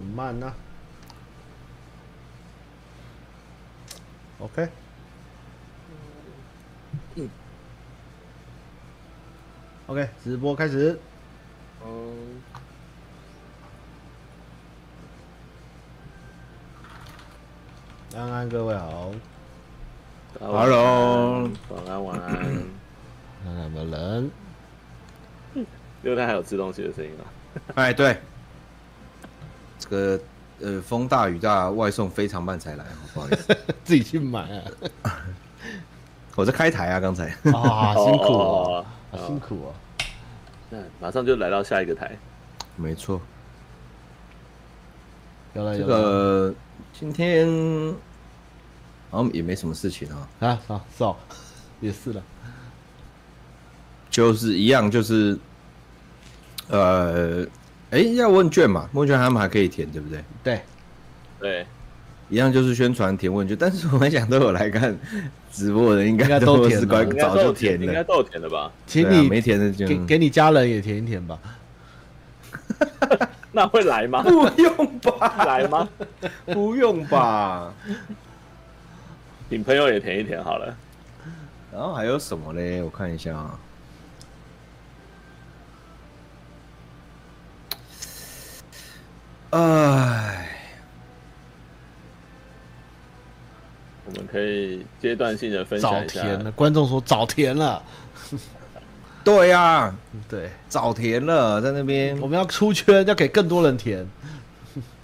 慢啊呐、OK，嗯 OK，直播开始。哦，安安，各位好。大家 Hello 晚安，晚安，晚安。看看有没有人？六代还有吃东西的声音啊！哎，对，这个呃，风大雨大，外送非常慢才来，不好意 思，自己去买啊！我在开台啊，刚才。啊，辛苦哦哦哦，好辛苦哦。那马上就来到下一个台， 没错，有了这有了个今天好像也没什么事情啊，啊，好，是哦，也是了。就是一样，就是呃，哎，要问卷嘛，问卷他们还可以填，对不对？对，对，一样就是宣传填问卷，但是我没想都有来看直播的，应应该该都都填是了乖应早都就有填应该了，都有填的吧？请对啊你没填的就给给你家人也填一填吧。那会来吗？ 不用吧，来吗？不用吧。请朋友也填一填好了。然后还有什么嘞？我看一下啊。哎，我们可以阶段性的分早享一下。填了，观众说早填了。嗯对呀、对，早填了，在那边我们要出圈，要给更多人填。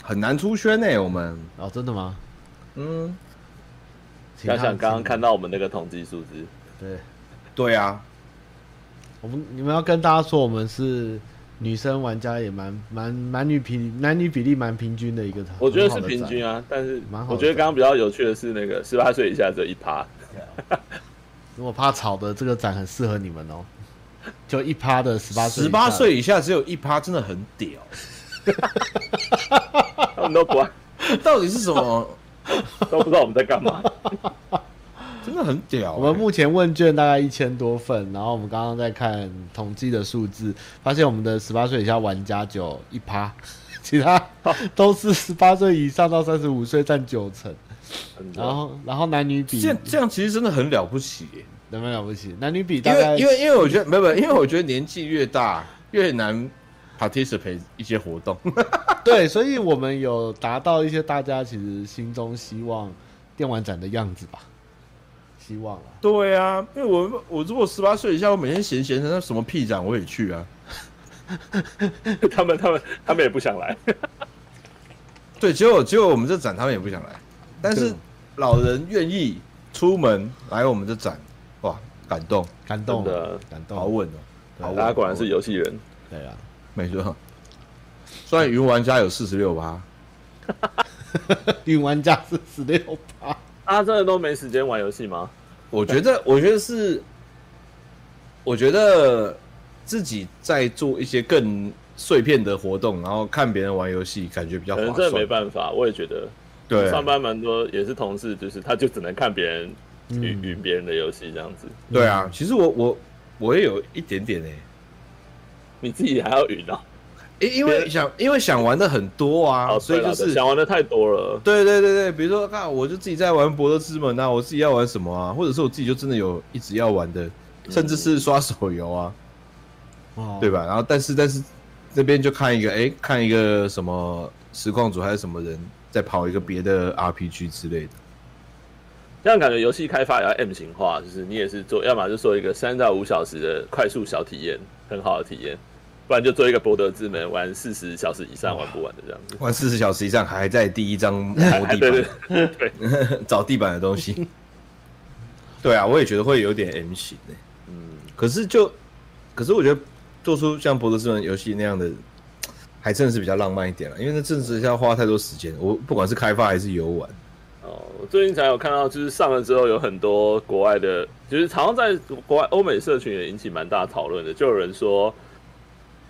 很难出圈呢、我们，哦，真的吗？嗯，请想他们想刚刚填看到我们那个统计数字，对。对啊，我们你们要跟大家说，我们是女生玩家也蛮蛮蛮女比男女比例蛮平均的一个团，我觉得很好是的平展均啊，但是蛮好的我觉得刚刚比较有趣的是那个十八岁以下只有一趴，如果怕吵的这个展很适合你们哦，就一趴的十八岁，十八，岁以下只有一趴，真的很 屌，他们都不爱到底是什么？都不知道我们在干嘛。真的很屌、欸我们目前问卷大概一千多份，然后我们刚刚在看统计的数字，发现我们的十八岁以下玩家只有一趴，其他哦都是十八岁以上到三十五岁占九成，很然后然后男女比这样这样其实真的很了不起耶、有没有了不起？男女比大因概为因为因为我觉得没有没有，因为我觉得年纪越大越难 participate 一些活动。 对，所以我们有达到一些大家其实心中希望电玩展的样子吧，希望啊。对啊，因为我我如果十八岁以下，我每天闲闲的，那什么屁展我也去啊。 他们他们他们也不想来，对，结果结果我们这展他们也不想来，但是对老人愿意出门来我们这展，哇，感动，感动真啊的，感动，好稳哦、啊好稳大家果然是，游戏人。对啊， 没错。虽然云玩家有四十六趴，女玩家是十六趴，大家啊真的都没时间玩游戏吗？我觉得我觉得是，我觉得自己在做一些更碎片的活动，然后看别人玩游戏，感觉比较可划能算。真的没办法，我也觉得。对，上班蛮多也是同事，就是他就只能看别人嗯云云别人的游戏这样子，对啊，其实我我我也有一点点哎、你自己还要云啊？因因为想因为想玩的很多啊，哦所以对就啦是想玩的太多了。对对对对，比如说看我就自己在玩《博德之门》啊，我自己要玩什么啊，或者是我自己就真的有一直要玩的，甚至是刷手游啊，哦对？吧？然后但是但是这边就看一个哎，看一个什么实况组还是什么人在跑一个别的 RPG 之类的，这样感觉游戏开发也要 M 型化，就是你也是做，要么就做一个三到五小时的快速小体验，很好的体验，不然就做一个博德之门，玩四十小时以上玩不完的这样子。玩四十小时以上还在第一章摸 哎地对对板找地板的东西。 对啊，我也觉得会有点 M 型诶、嗯，可是就，可是我觉得做出像《博德之门》游戏那样的，还真的是比较浪漫一点了，因为那真的是要花太多时间。我不管是开发还是游 玩，哦，我最近才有看到，就是上了之后有很多国外的，就是常常在国外欧美社群也引起蛮大讨论的，就有人说，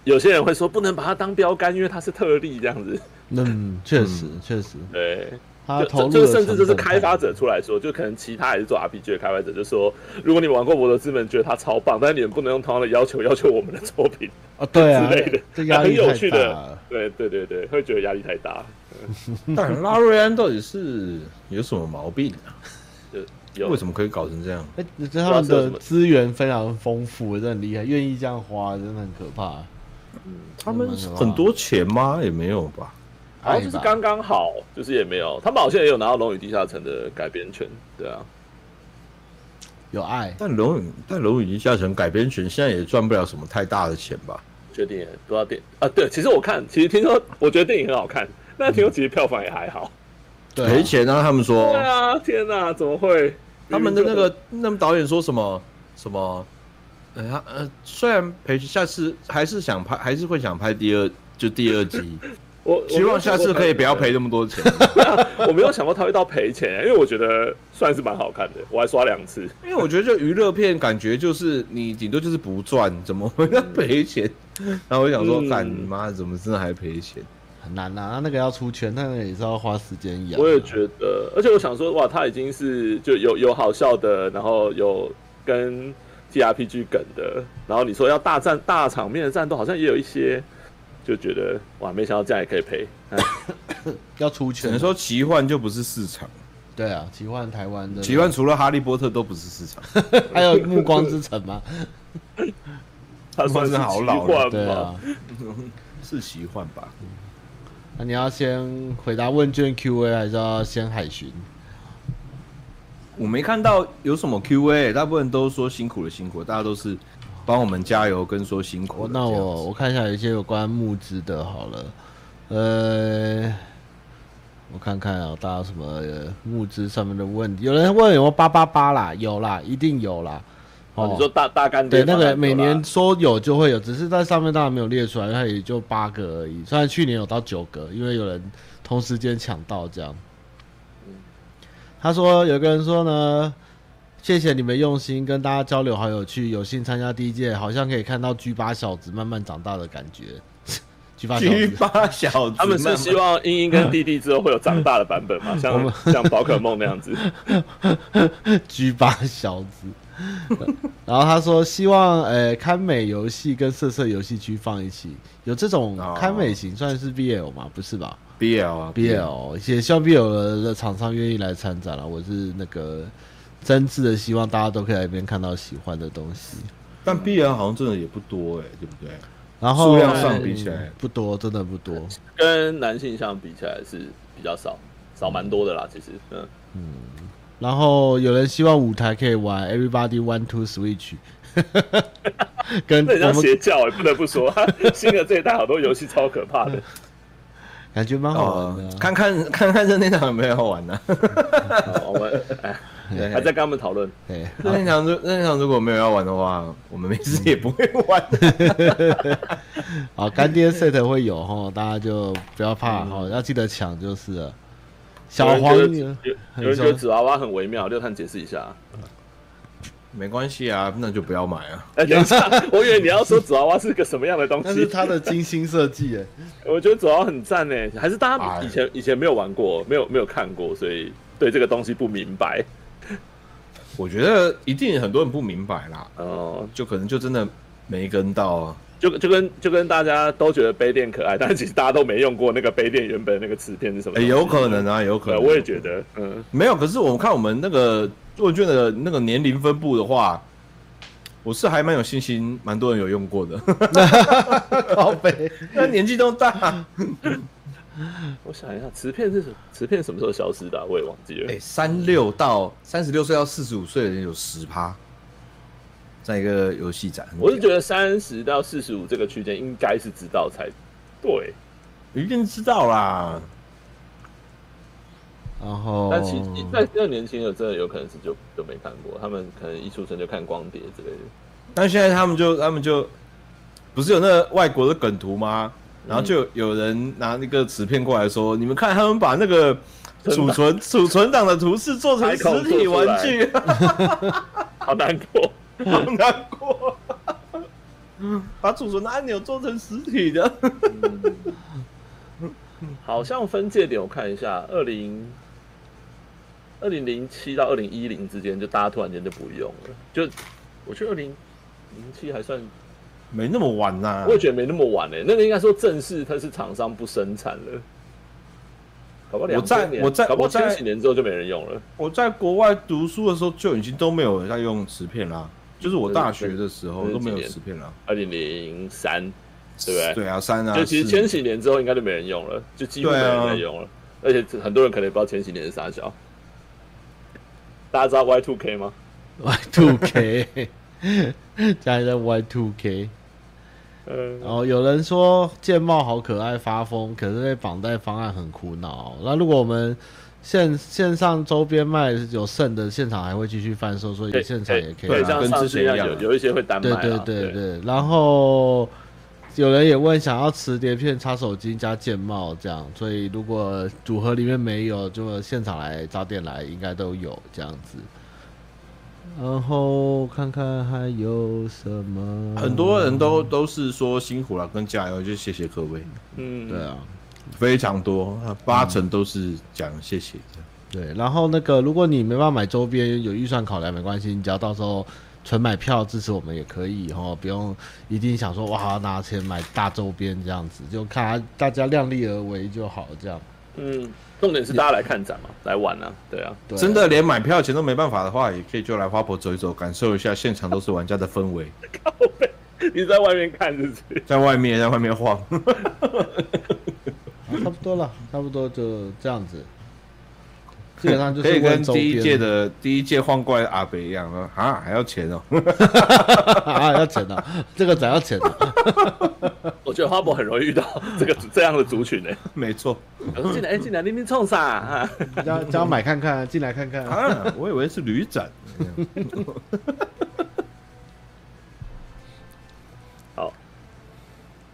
有些人会说不能把它当标杆，因为它是特例这样子。嗯，确实确实，对，他就投入就的就甚至就是成本太开发者出来说，就可能其他也是做 RPG 的开发者就说，如果你玩过《博德之门》，觉得它超棒，但是你们不能用同样的要求要求我们的作品。啊，对啊之类的，这压力 很有太趣大的了。对对对对，会觉得压力太大。但拉瑞安到底是有什么毛病啊？就有为什么可以搞成这样？哎、你知道他们的资源非常丰富，真的很厉害，愿意这样花，真的很可怕。哦他们很多钱吗？也没有吧。好像就是刚刚好，就是也没有，他们好像也有拿到《龙与地下城》的改编权，对啊，有爱，但《龙与但《龙与地下城》改编权现在也赚不了什么太大的钱吧？确定也不知道电啊，对，其实我看，其实听说，我觉得电影很好看， 那听说其实票房也还好，对啊、赔钱啊！他们说对，啊，天哪，怎么会？他们的那个那么导演说什么什么？呃，他呃，虽然赔，下次还是想拍，还是会想拍第二，就第二集。我，我希望下次可以不要赔那么多钱。我没有想过他会到赔钱，因为我觉得算是蛮好看的，我还刷两次。 因为我觉得这娱乐片感觉就是你顶多就是不赚，怎么会要赔钱？然后我就想说，嗯干你妈，怎么真的还赔钱？很难呐、啊，那个要出圈，那个也是要花时间养、啊。我也觉得，而且我想说，哇，他已经是就有有好笑的，然后有跟 T R P G 梗的，然后你说要大战大场面的战斗，好像也有一些，就觉得哇，没想到这样也可以赔。哎要出只圈啊，能说奇幻就不是市场，对啊，奇幻台湾的奇幻除了哈利波特都不是市场。 还有暮光之城嘛，他算是真的好奇老了幻对啊吧？。是奇幻吧？那你要先回答问卷 Q&A，还是要先海巡？我没看到有什么 Q&A，大部分都说辛苦了，辛苦了，大家都是帮我们加油跟说辛哦苦我了那这样子我我看一下有一些有关募资的，好了，呃，我看看啊，大家有什么呃募资上面的问题？有人问有没有八八八啦，有啦，一定有啦。哦，你说大大干爹对，那嘛个每有啦年说有就会有，只是在上面当然没有列出来，它也就八个而已。虽然去年有到九个，因为有人同时间抢到这样。他说有个人说呢，谢谢你们用心跟大家交流，好有趣，有幸参加第一届，好像可以看到 G 八小子慢慢长大的感觉。G 八小七子，八小子，他们是希望英英跟弟弟之后会有长大的版本 嘛，像像宝可梦那样子。 G 八小子。然后他说希望呃看美游戏跟色色游戏区放一起，有这种哦看美型算是 BL 吗？不是吧？ BL 啊 BL 也希望 BL 的厂商愿意来参展了、我是那个真挚的希望大家都可以来这边看到喜欢的东西。但 BL 好像真的也不多哎、对不对？然后数量上比起来嗯不多，真的不多。跟男性相比起来是比较少，少蛮多的啦。其实，嗯，然后有人希望舞台可以玩 Everybody One Two Switch，跟那很我像们邪教、欸，不得不说， 新的这一代好多游戏超可怕的。感觉蛮好玩的啊、哦看看 看看任天堂有没有好玩呢、啊 好 我们哎，对 还在跟他们讨论。对，任天堂如任天堂如果没有要玩的话，我们没事也不会 玩。好，啊干爹 set 会有哈，大家就不要怕哈，要记得抢就是了。小黄有人嗯觉得有有人觉得你说纸娃娃很微妙，六探解释一 下。没关系啊，那就不要买啊。哎，等一下，我以为你要说纸娃娃是个什么样的东那是西。他的精心设计哎， 我觉得纸娃娃很赞呢、还是大家哎以前以前没有玩过，没有没有看过，所以对这个东西不明白。我觉得一定很多人不明白啦，哦、就可能就真的没跟到啊。就就跟就跟大家都觉得杯垫可爱，但是其实大家都没用过那个杯垫原本那个词片是什么哎、东西、有可能啊，有可对，能。我也觉得，嗯，没有。可是我看我们那个问卷的那个年龄分布的话，我是还蛮有信心，蛮多人有用过的。 靠背。那年纪都大，我想一下，磁片是什磁片什么时候消失的啊、我也忘记了。哎、三六到三十六岁到四十五岁的人有十趴，在一个游戏展，我是觉得三十到四十五这个区间应该是知道才对，得一定知道啦。然后，但其实在更年轻的真的有可能是就就没看过，他们可能一出生就看光碟之类的。但现在他们就他们就不是有那个外国的梗图吗？然后就有人拿那个纸片过来说：“你们看，他们把那个储存储存档的图示做成实体玩具， 好难过，好难过。把储存的按钮做成实体的，好像分界点我看一下，二零二零零七到二零一零之间，就大家突然间就不用了。就我觉得二零零七还算，没那么晚呐、欸我也觉得没那么晚嘞、那个应该说正式它是厂商不生产了。搞不好我在2000年我在搞不好我在千禧年之后就没人用了。我在国外读书的时候就已经都没有人在用磁片啦，就是我大学的时候这是都没有这是磁片啦。二零零三，对不对？对啊，三啊，就其实四千禧年之后应该就没人用了，就几乎没对啊人在用了，而且很多人可能也不知道千禧年是啥小。大家知道 Y two K 吗？ Y two K，加一个 Y two K。嗯，然后有人说键帽好可爱发疯，可是被绑带方案很苦恼。那如果我们线线上周边卖有剩的，现场还会继续贩售，所以现场也可以对，拿。像跟上之次前一样，一样有啊有一些会单卖对啊，对对对。然后有人也问想要磁碟片插手机加键帽这样，所以如果组合里面没有，就现场来找店来应该都有这样子。然后看看还有什么，很多人都都是说辛苦了跟加油，就谢谢各位，嗯，对啊。非常多，八成都是讲谢谢的。对，然后那个，如果你没办法买周边，有预算考量没关系，你只要到时候纯买票支持我们也可以哦，不用一定想说哇拿钱买大周边这样子，就看大家量力而为就好，这样。嗯，重点是大家来看展嘛，来玩啊，对啊， 对真的连买票钱都没办法的话，也可以就来花博走一走，感受一下现场都是玩家的氛围，你在外面看是不是？在外面在外面晃。好差不多了，差不多就这样 子。基本上就可以是问跟周第一届边的第一届晃过来的阿北一样啊，啊还要钱哦、 啊，要钱的，这个展要钱的。我觉得花博很容易遇到这个这样的族群欸呢、没错我说进 来，哎进来，你你冲啥、 啊？要要买看看，进来看看。啊，我以为是旅展。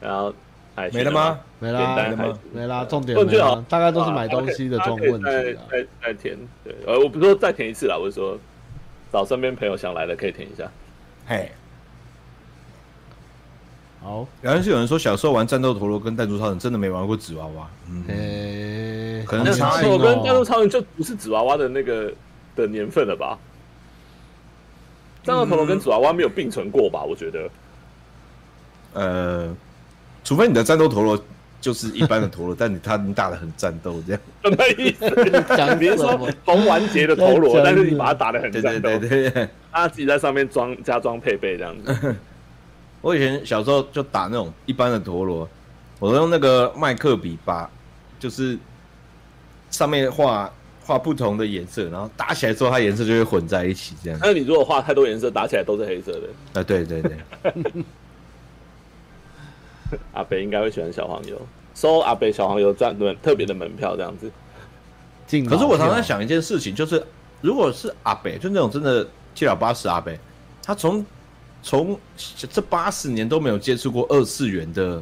然后哎 没了吗？？没简啦单，还是没啦，重点哦问没啊句好啦，大概都是啊买东西的这种问大家可以题啦。啊再再再填，对，呃，我不是说再填一次啦，我是说找身边朋友想来的可以填一下。 嘿，好，然后是有人说小时候玩战斗陀螺跟弹珠超人，真的没玩过纸娃娃。嗯，诶，可能好那年长轻手跟哦战斗超人就不是纸娃娃的那个的年份了吧？战斗陀嗯螺跟纸娃娃没有并存过吧？我觉得，呃，除非你的战斗陀螺就是一般的陀螺， 但你它能打的很战斗这样。什么意思？讲你是什说么？同完结的陀螺，在讲但是你把它打得很对战对斗，对对对，他自己在上面装加装配备这样子。我以前小时候就打那种一般的陀螺，我都用那个麦克笔把，就是上面画画不同的颜色，然后打起来之后它颜色就会混在一起 这样。但是你如果画太多颜色，打起来都是黑色的，啊，对对对，阿北应该会喜欢小黄油，收阿北小黄油站门特别的门票这样子。进可是脑我常票常想一件事情，就是如果是阿北，就那种真的七老八十阿北，他从从这八十年都没有接触过二次元的，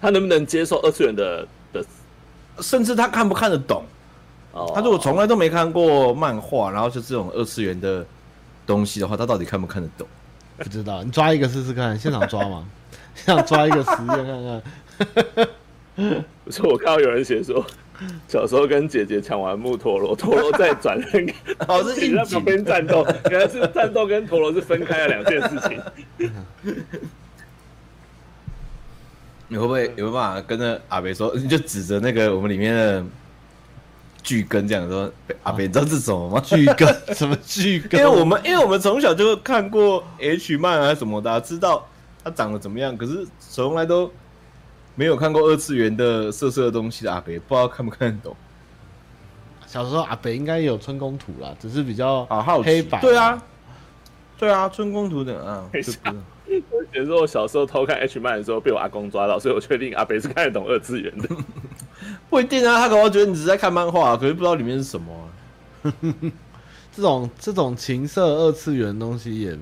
他能不能接受二次元的的？甚至他看不看得懂？哦，他如果从来都没看过漫画，然后就这种二次元的东西的话，他到底看不看得懂？不知道，你抓一个试试看，现场抓嘛， 现场抓一个实验看看。所以我看到有人写说， 小时候跟姐姐抢完木陀螺， 陀螺再转身， 哦是你应景在旁边战斗，原来是战斗跟陀螺是分开的两件事情。 你会不会有没有办法跟着阿北说， 你就指着那个我们里面的巨根这样说，阿北，你知道这是什么 吗？巨根 什么巨因根？为我们因为我们从小就看过 H 漫啊什么的啊、知道他长得怎么样，可是从来都没有看过二次元的色色的东西的阿北，不知道看不看得懂。小时候阿北应该也有春宫图啦，只是比较好好奇黑白。对啊，对啊，春宫图的 啊，就不知道比如说我小时候偷看 H 漫的时候被我阿公抓到，所以我确定阿北是看得懂二次元的。不一定啊，他可能觉得你只是在看漫画、可是不知道里面是什么啊、这种这种情色二次元的东西也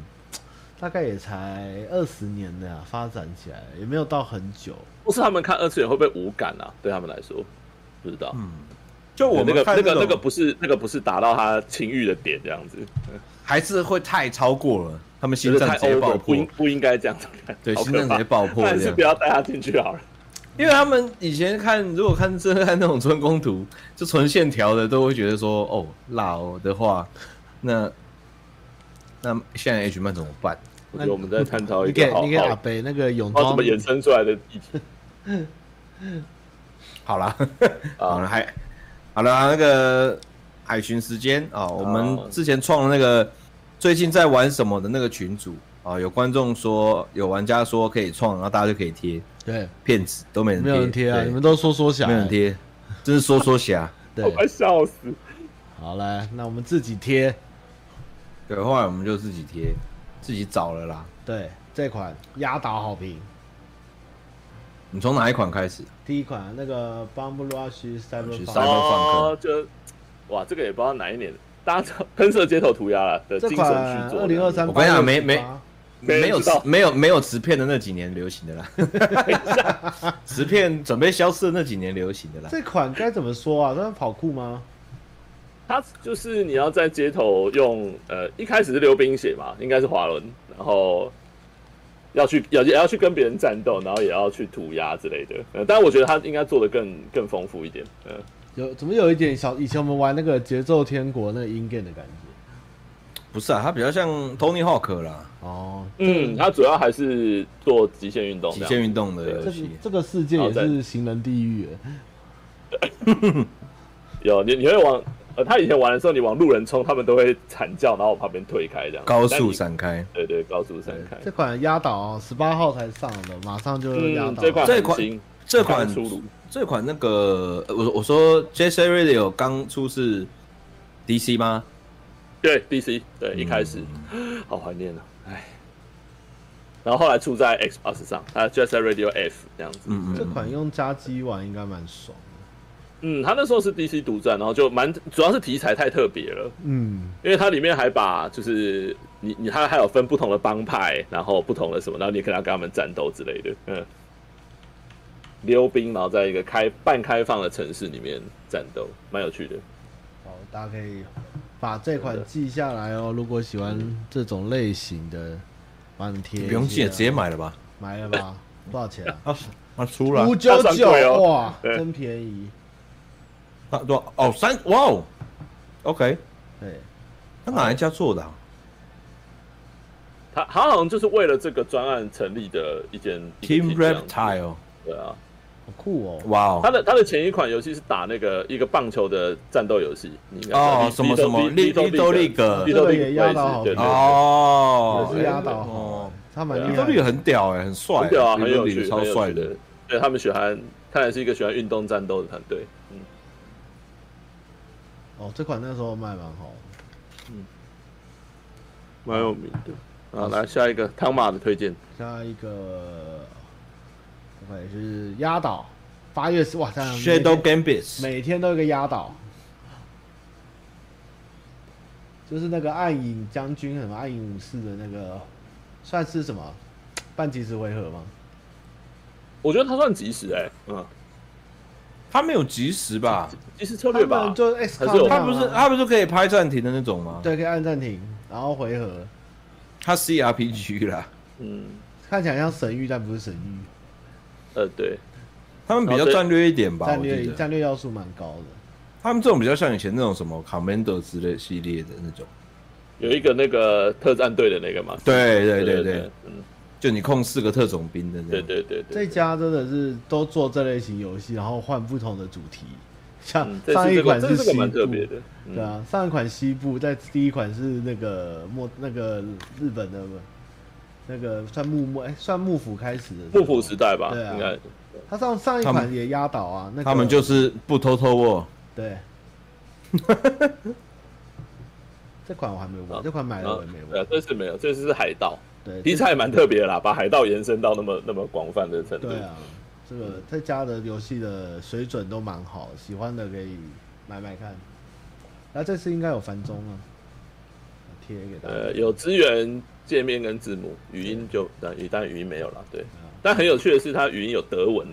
大概也才二十年的呀、发展起来也没有到很久。不是他们看二次元会不会无感啊？对他们来说，不知道。嗯就我那们个看那个种那个不是那个不是达到他情欲的点这样子，还是会太超过了，他们就心是脏太直接 over，爆不破应，不应该这样子看。对，好可心脏直怕接爆破还这是样不。要带他进去好了。因为他们以前看，如果看真的看那种春宫图，就纯线条的，都会觉得说，哦，辣哦的话，那那现在 H 漫怎么办？我觉得我们在探哦讨一你个给好你给阿好北那个泳好装怎么，衍生出来的议题好啦，好 啊了，还好了，那个海巡时间啊、哦我们之前创的那个最近在玩什么的那个群组啊、有观众说有玩家说可以创，然后大家就可以贴对，骗子都没人没有人贴啊，对你们都说说想、没有人欸，贴，真是说说侠。我对，快笑死。好来，那我们自己贴，对，后来我们就自己贴，自己找了啦。对，这款压倒好评，你从哪一款开始？第一款那个 Bomb Rush Cyber 来 Fun， Cyber- 哦，就哇，这个也不知道哪一年的，大家知道喷射街头涂鸦啦的这精神款去做的。二零二三，我跟你讲没没没人没有知道没有没有磁片的那几年流行的啦， 磁片准备消失的那几年流行的啦。这款该怎么说啊？它是跑酷吗？它就是你要在街头用呃，一开始是溜冰鞋嘛，应该是滑轮，然后要去要也要去跟别人战斗，然后也要去涂鸦之类的。呃，但我觉得它应该做的更更丰富一点。嗯、有怎么有一点小以前我们玩那个节奏天国那个 in game 的感觉不是啊，它比较像 Tony Hawk 啦，哦。嗯，它主要还是做极限运动这极样。限运动的这游个戏。这个世界也是行人地狱耶，有你你会往呃，他以前玩的时候，你往路人冲，他们都会惨叫，然后往旁边推开这样。高但速你闪开，对对，高速闪开。这款压倒十八号才上的，马上就压嗯，倒。这款这很款新这款刚出炉这款那个，呃我我说 J C Radio 刚出是 DC 吗？对 DC 嗯对一开始，好怀念啊，哎。然后后来出在 Xbox 上，它 Jet Set Radio F 这样子。嗯嗯这款用加机玩应该蛮爽的。嗯，它那时候是 DC 独占，然后就蛮主要是题材太特别了，嗯，因为它里面还把就是你你它还有分不同的帮派，然后不同的什么，然后你可能要跟他们战斗之类的。嗯，溜冰，然后在一个开半开放的城市里面战斗，蛮有趣的。好，大家可以把这款记下来哦。如果喜欢这种类型的，帮你贴一些啊。不用记了，直接买了吧。买了吧？多少 钱啊？啊，那出五九它算九贵哦哇，对真便宜。那多少哦三哇哦，OK，对，那哪一家做的啊？它它好像就是为了这个专案成立的一间一间 Team 这样子 Reptile，对啊，好酷哦。哇他哦，的他的前一款游戏是打那个一个棒球的战斗游戏，你应该知道哦什么什么 Little League Little League Little 这个 League 也压到好对对对哦，也是压倒好哦玩，他蛮厉对啊害这的。里很屌哎，很帅，很屌啊，很有 Little 趣， League 超帅很有的趣。对他们喜欢，看来是一个喜欢运动战斗的团队。嗯，哦，这款那时候卖蛮好的。蛮嗯有名的。啊，来下一个汤马的推荐，下一个，这款也是压倒，八月十哇，这样 Shadow 每天 Gambit，每天都有一个压倒，就是那个暗影将军什么暗影武士的那个，算是什么半即时回合吗？我觉得他算及时哎，嗯，他没有及时吧？即时策略他们吧，就 X 还是有他不是啊，他不是可以拍暂停的那种吗？对，可以按暂停，然后回合，他 CRPG 啦，嗯，看起来像神域，但不是神域，呃，对，他们比哦较战略一点吧，战我略记得。战略要素蛮高的。他们这种比较像以前那种什么 Commander 之类系列的那种。有一个那个特战队的那个嘛，对对对对对，，嗯，就你控四个特种兵的那对种。对对对，这家真的是都做这类型游戏，然后换不同的主题，像嗯，这上是一这款个这是是个西蛮特部，别的，嗯对啊，上一款西部，在第一款是那个莫那个日本的那个算幕末，哎、算幕府开始的幕府时，代吧，对啊应该他上上一他款们也压倒啊，那个、他们就是不偷偷握， 对。这款我还没玩，啊这款买了我也没对啊玩啊。，这次没有，这次是海盗，对，题这材也蛮特别的啦，把海盗延伸到那么那么广泛的程度。对啊，这个这家的游戏的水准都蛮好，喜欢的可以买买看。那这次应该有繁中啊，我贴给大家。呃，有支援界面跟字幕，语音就但语但语音没有了，对。啊但很有趣的是，它语音有德文，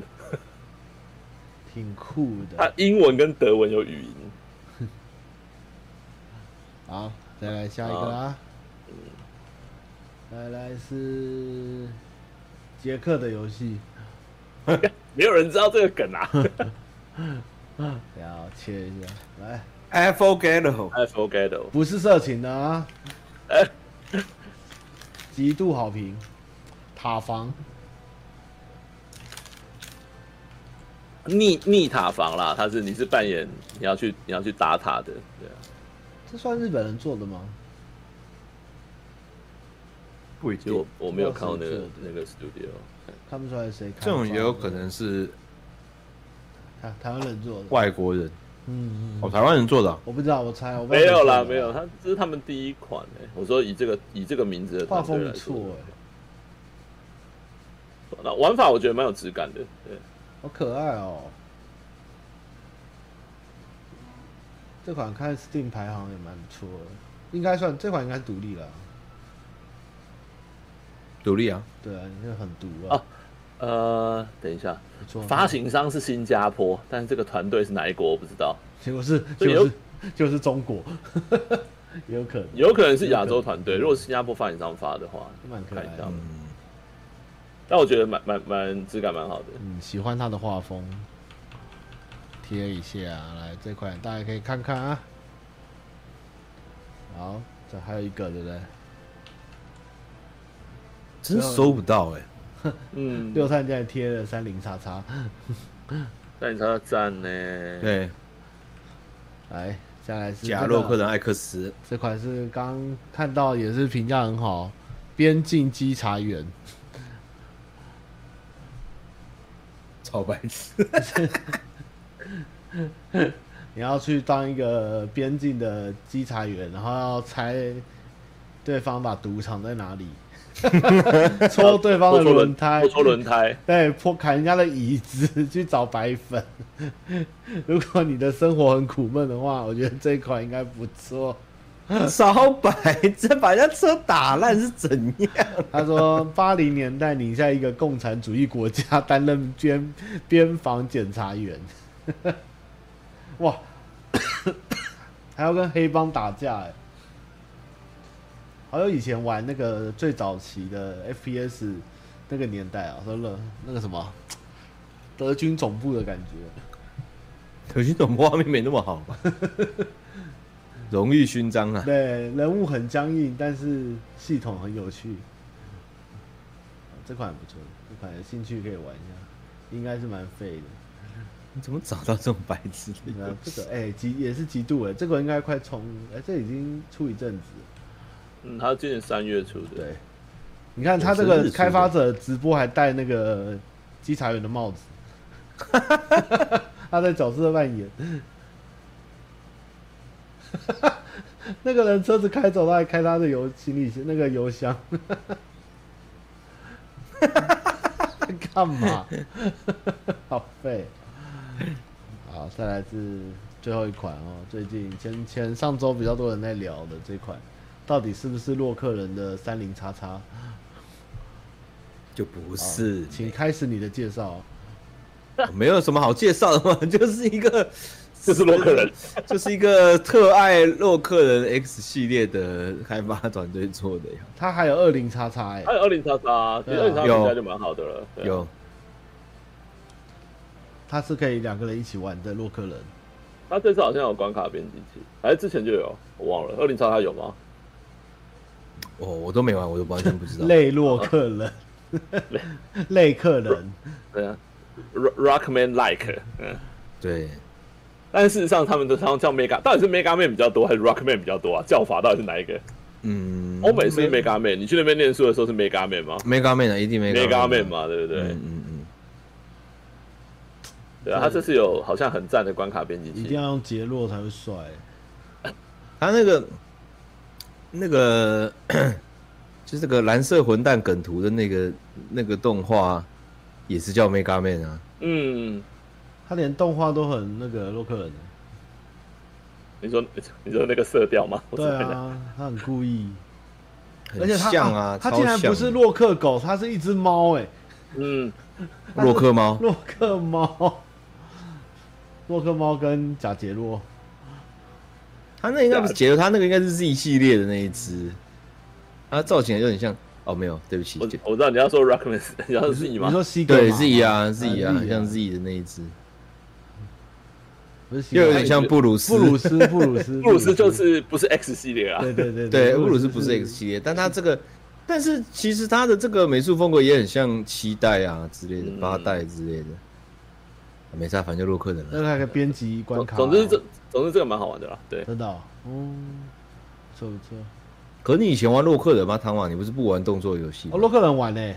挺酷它的。英文跟德文有语音。好，再来下一个啦。嗯来来是杰克的游戏，没有人知道这个梗 啊等一下我切一下。来， F O Gallo， i f o g a t o 不是色情的啊哎。呃极度好评，塔防。逆逆塔防啦，他是你是扮演你要去你要去打塔的，对啊，这算日本人做的吗？不一其实我定，我没有看到那不知个道是那个 studio，看不出来谁开发的。这种也有可能是台啊台湾人做的。外国人嗯，嗯哦，嗯台湾人做的啊、我不知道，我猜我不知道没有谁做啦的没有，他这是他们第一款哎、我说以这个以这个名字的画团队风来不说错，哎、那玩法我觉得蛮有质感的，对，好可爱哦、这款看 Steam 排行也蛮不错的，应该算这款应该是独立了，独立啊，对啊，你这很独啊，哦呃，等一下，不错。发行商是新加坡，但是这个团队是哪一国我不知道，结果是这就 有是就是中国， 也有可能，有可能是亚洲团队，如果是新加坡发行商发的话，蛮可嗯看爱一下的吧。。但我觉得蛮蛮蛮质感蛮好的，嗯，喜欢它的画风，贴一下啊来这款大家可以看看啊。好，这还有一个对不对？真搜不到哎、嗯，六探竟然贴了三零叉叉，但你猜他赞呢？对，来，再来是贾这洛个克人艾克斯，这款是刚看到，也是评价很好，《边境稽查员》超白痴。你要去当一个边境的稽查员，然后要猜对方把赌场在 哪里，戳对方的戳轮胎戳，戳轮胎，对，破砍人家的椅子去找白粉。如果你的生活很苦闷的话，我觉得这一款应该不错。 超白，这把人家车打烂是怎样？ 他说，八零年代你在一个共产主义国家担任边边防检察员， 哇， 还要跟黑帮打架哎！好有以前玩那个最早期的 FPS 那个年代啊，说了那个什么德军总部的感觉，可惜总画面没那么好吧？ 荣誉勋章 啊，对，人物很僵硬，但是系统很有趣。这款也不错，这款有兴趣可以玩一下，应该是蛮废的。你怎么找到这种白痴的那这个哎、极也是极度哎，这个应该快冲哎、这已经出一阵子了。嗯，他今年三月出的，对，你看他这也是日个出的开发者直播还戴那个稽查员的帽子， 他在角色扮演。 那个人车子开走，他还开他的邮行李箱那个邮箱， 干嘛？好废。好，再来是最后一款哦，最近前前上周比较多人在聊的这款，到底是不是洛克人的三零叉叉？就不是，请开始你的介绍。没有什么好介绍的嘛， 就是一个， 就是洛克人， 就是一个特爱洛克人 X 系列的开发团队做的呀。它还有二零叉叉哎还，有二零叉叉，其实二零叉有叉评价就蛮好的了，对啊有，它是可以两个人一起玩的洛克人，他这次好像有关卡编辑器，还是之前就有，我忘了，二零叉叉有吗？哦，我都没玩，我都完全不 知道。类洛克人， 类克人，对啊，Rock-，Rockman Like，嗯，对，但事实上他们都常叫 Mega，到底是 Mega Man 比较多还是 Rockman 比较多啊？叫法到底是哪一个？嗯，欧美是 Mega Man，你去那边念书的时候是 Mega Man 吗 Mega Man 啊，一定 Mega ？Mega Man 啊，嘛，对不对嗯？嗯嗯，对啊，他这次有好像很赞的关卡编辑一定器，要用杰洛才会帅欸。他那个那个 就是这个蓝色混蛋梗图的那个那个动画，也是叫 Mega Man 啊。嗯，他连动画都很那个洛克人欸，你说 你说那个色调吗？我对只看一下，啊，他很故意，而很且他像啊，他超竟然不像是洛克狗，他是一只猫哎，嗯，洛克猫，洛克猫，洛克猫跟贾杰洛，他那应该不啊是杰克，他那个应该是 Z 系列的那一只，他造型有点像。哦，没有，对不起，我就我知道你要说 Rockman，你 要 Z 你吗？说西格对玛 Z 啊吗哎 Z 啊，很像 Z， Z 的那一只，不是西格又玛有点像布鲁斯。布鲁斯，布鲁斯， 布鲁斯就是不是 X 系列啊对，对对对，布鲁斯不是嗯 X 系列，但他这个，但是其实他的这个美术风格也很像七代啊之类的嗯，八代之类的。没事啊，反正就洛克人那了。那个编辑关总卡，总之这总之这个蛮好玩的啦，对，真的哦，嗯，不错不错。嗯可是你以前玩洛克人吗？唐王，你不是不玩动作游戏吗？哦，洛嗯克人玩嘞、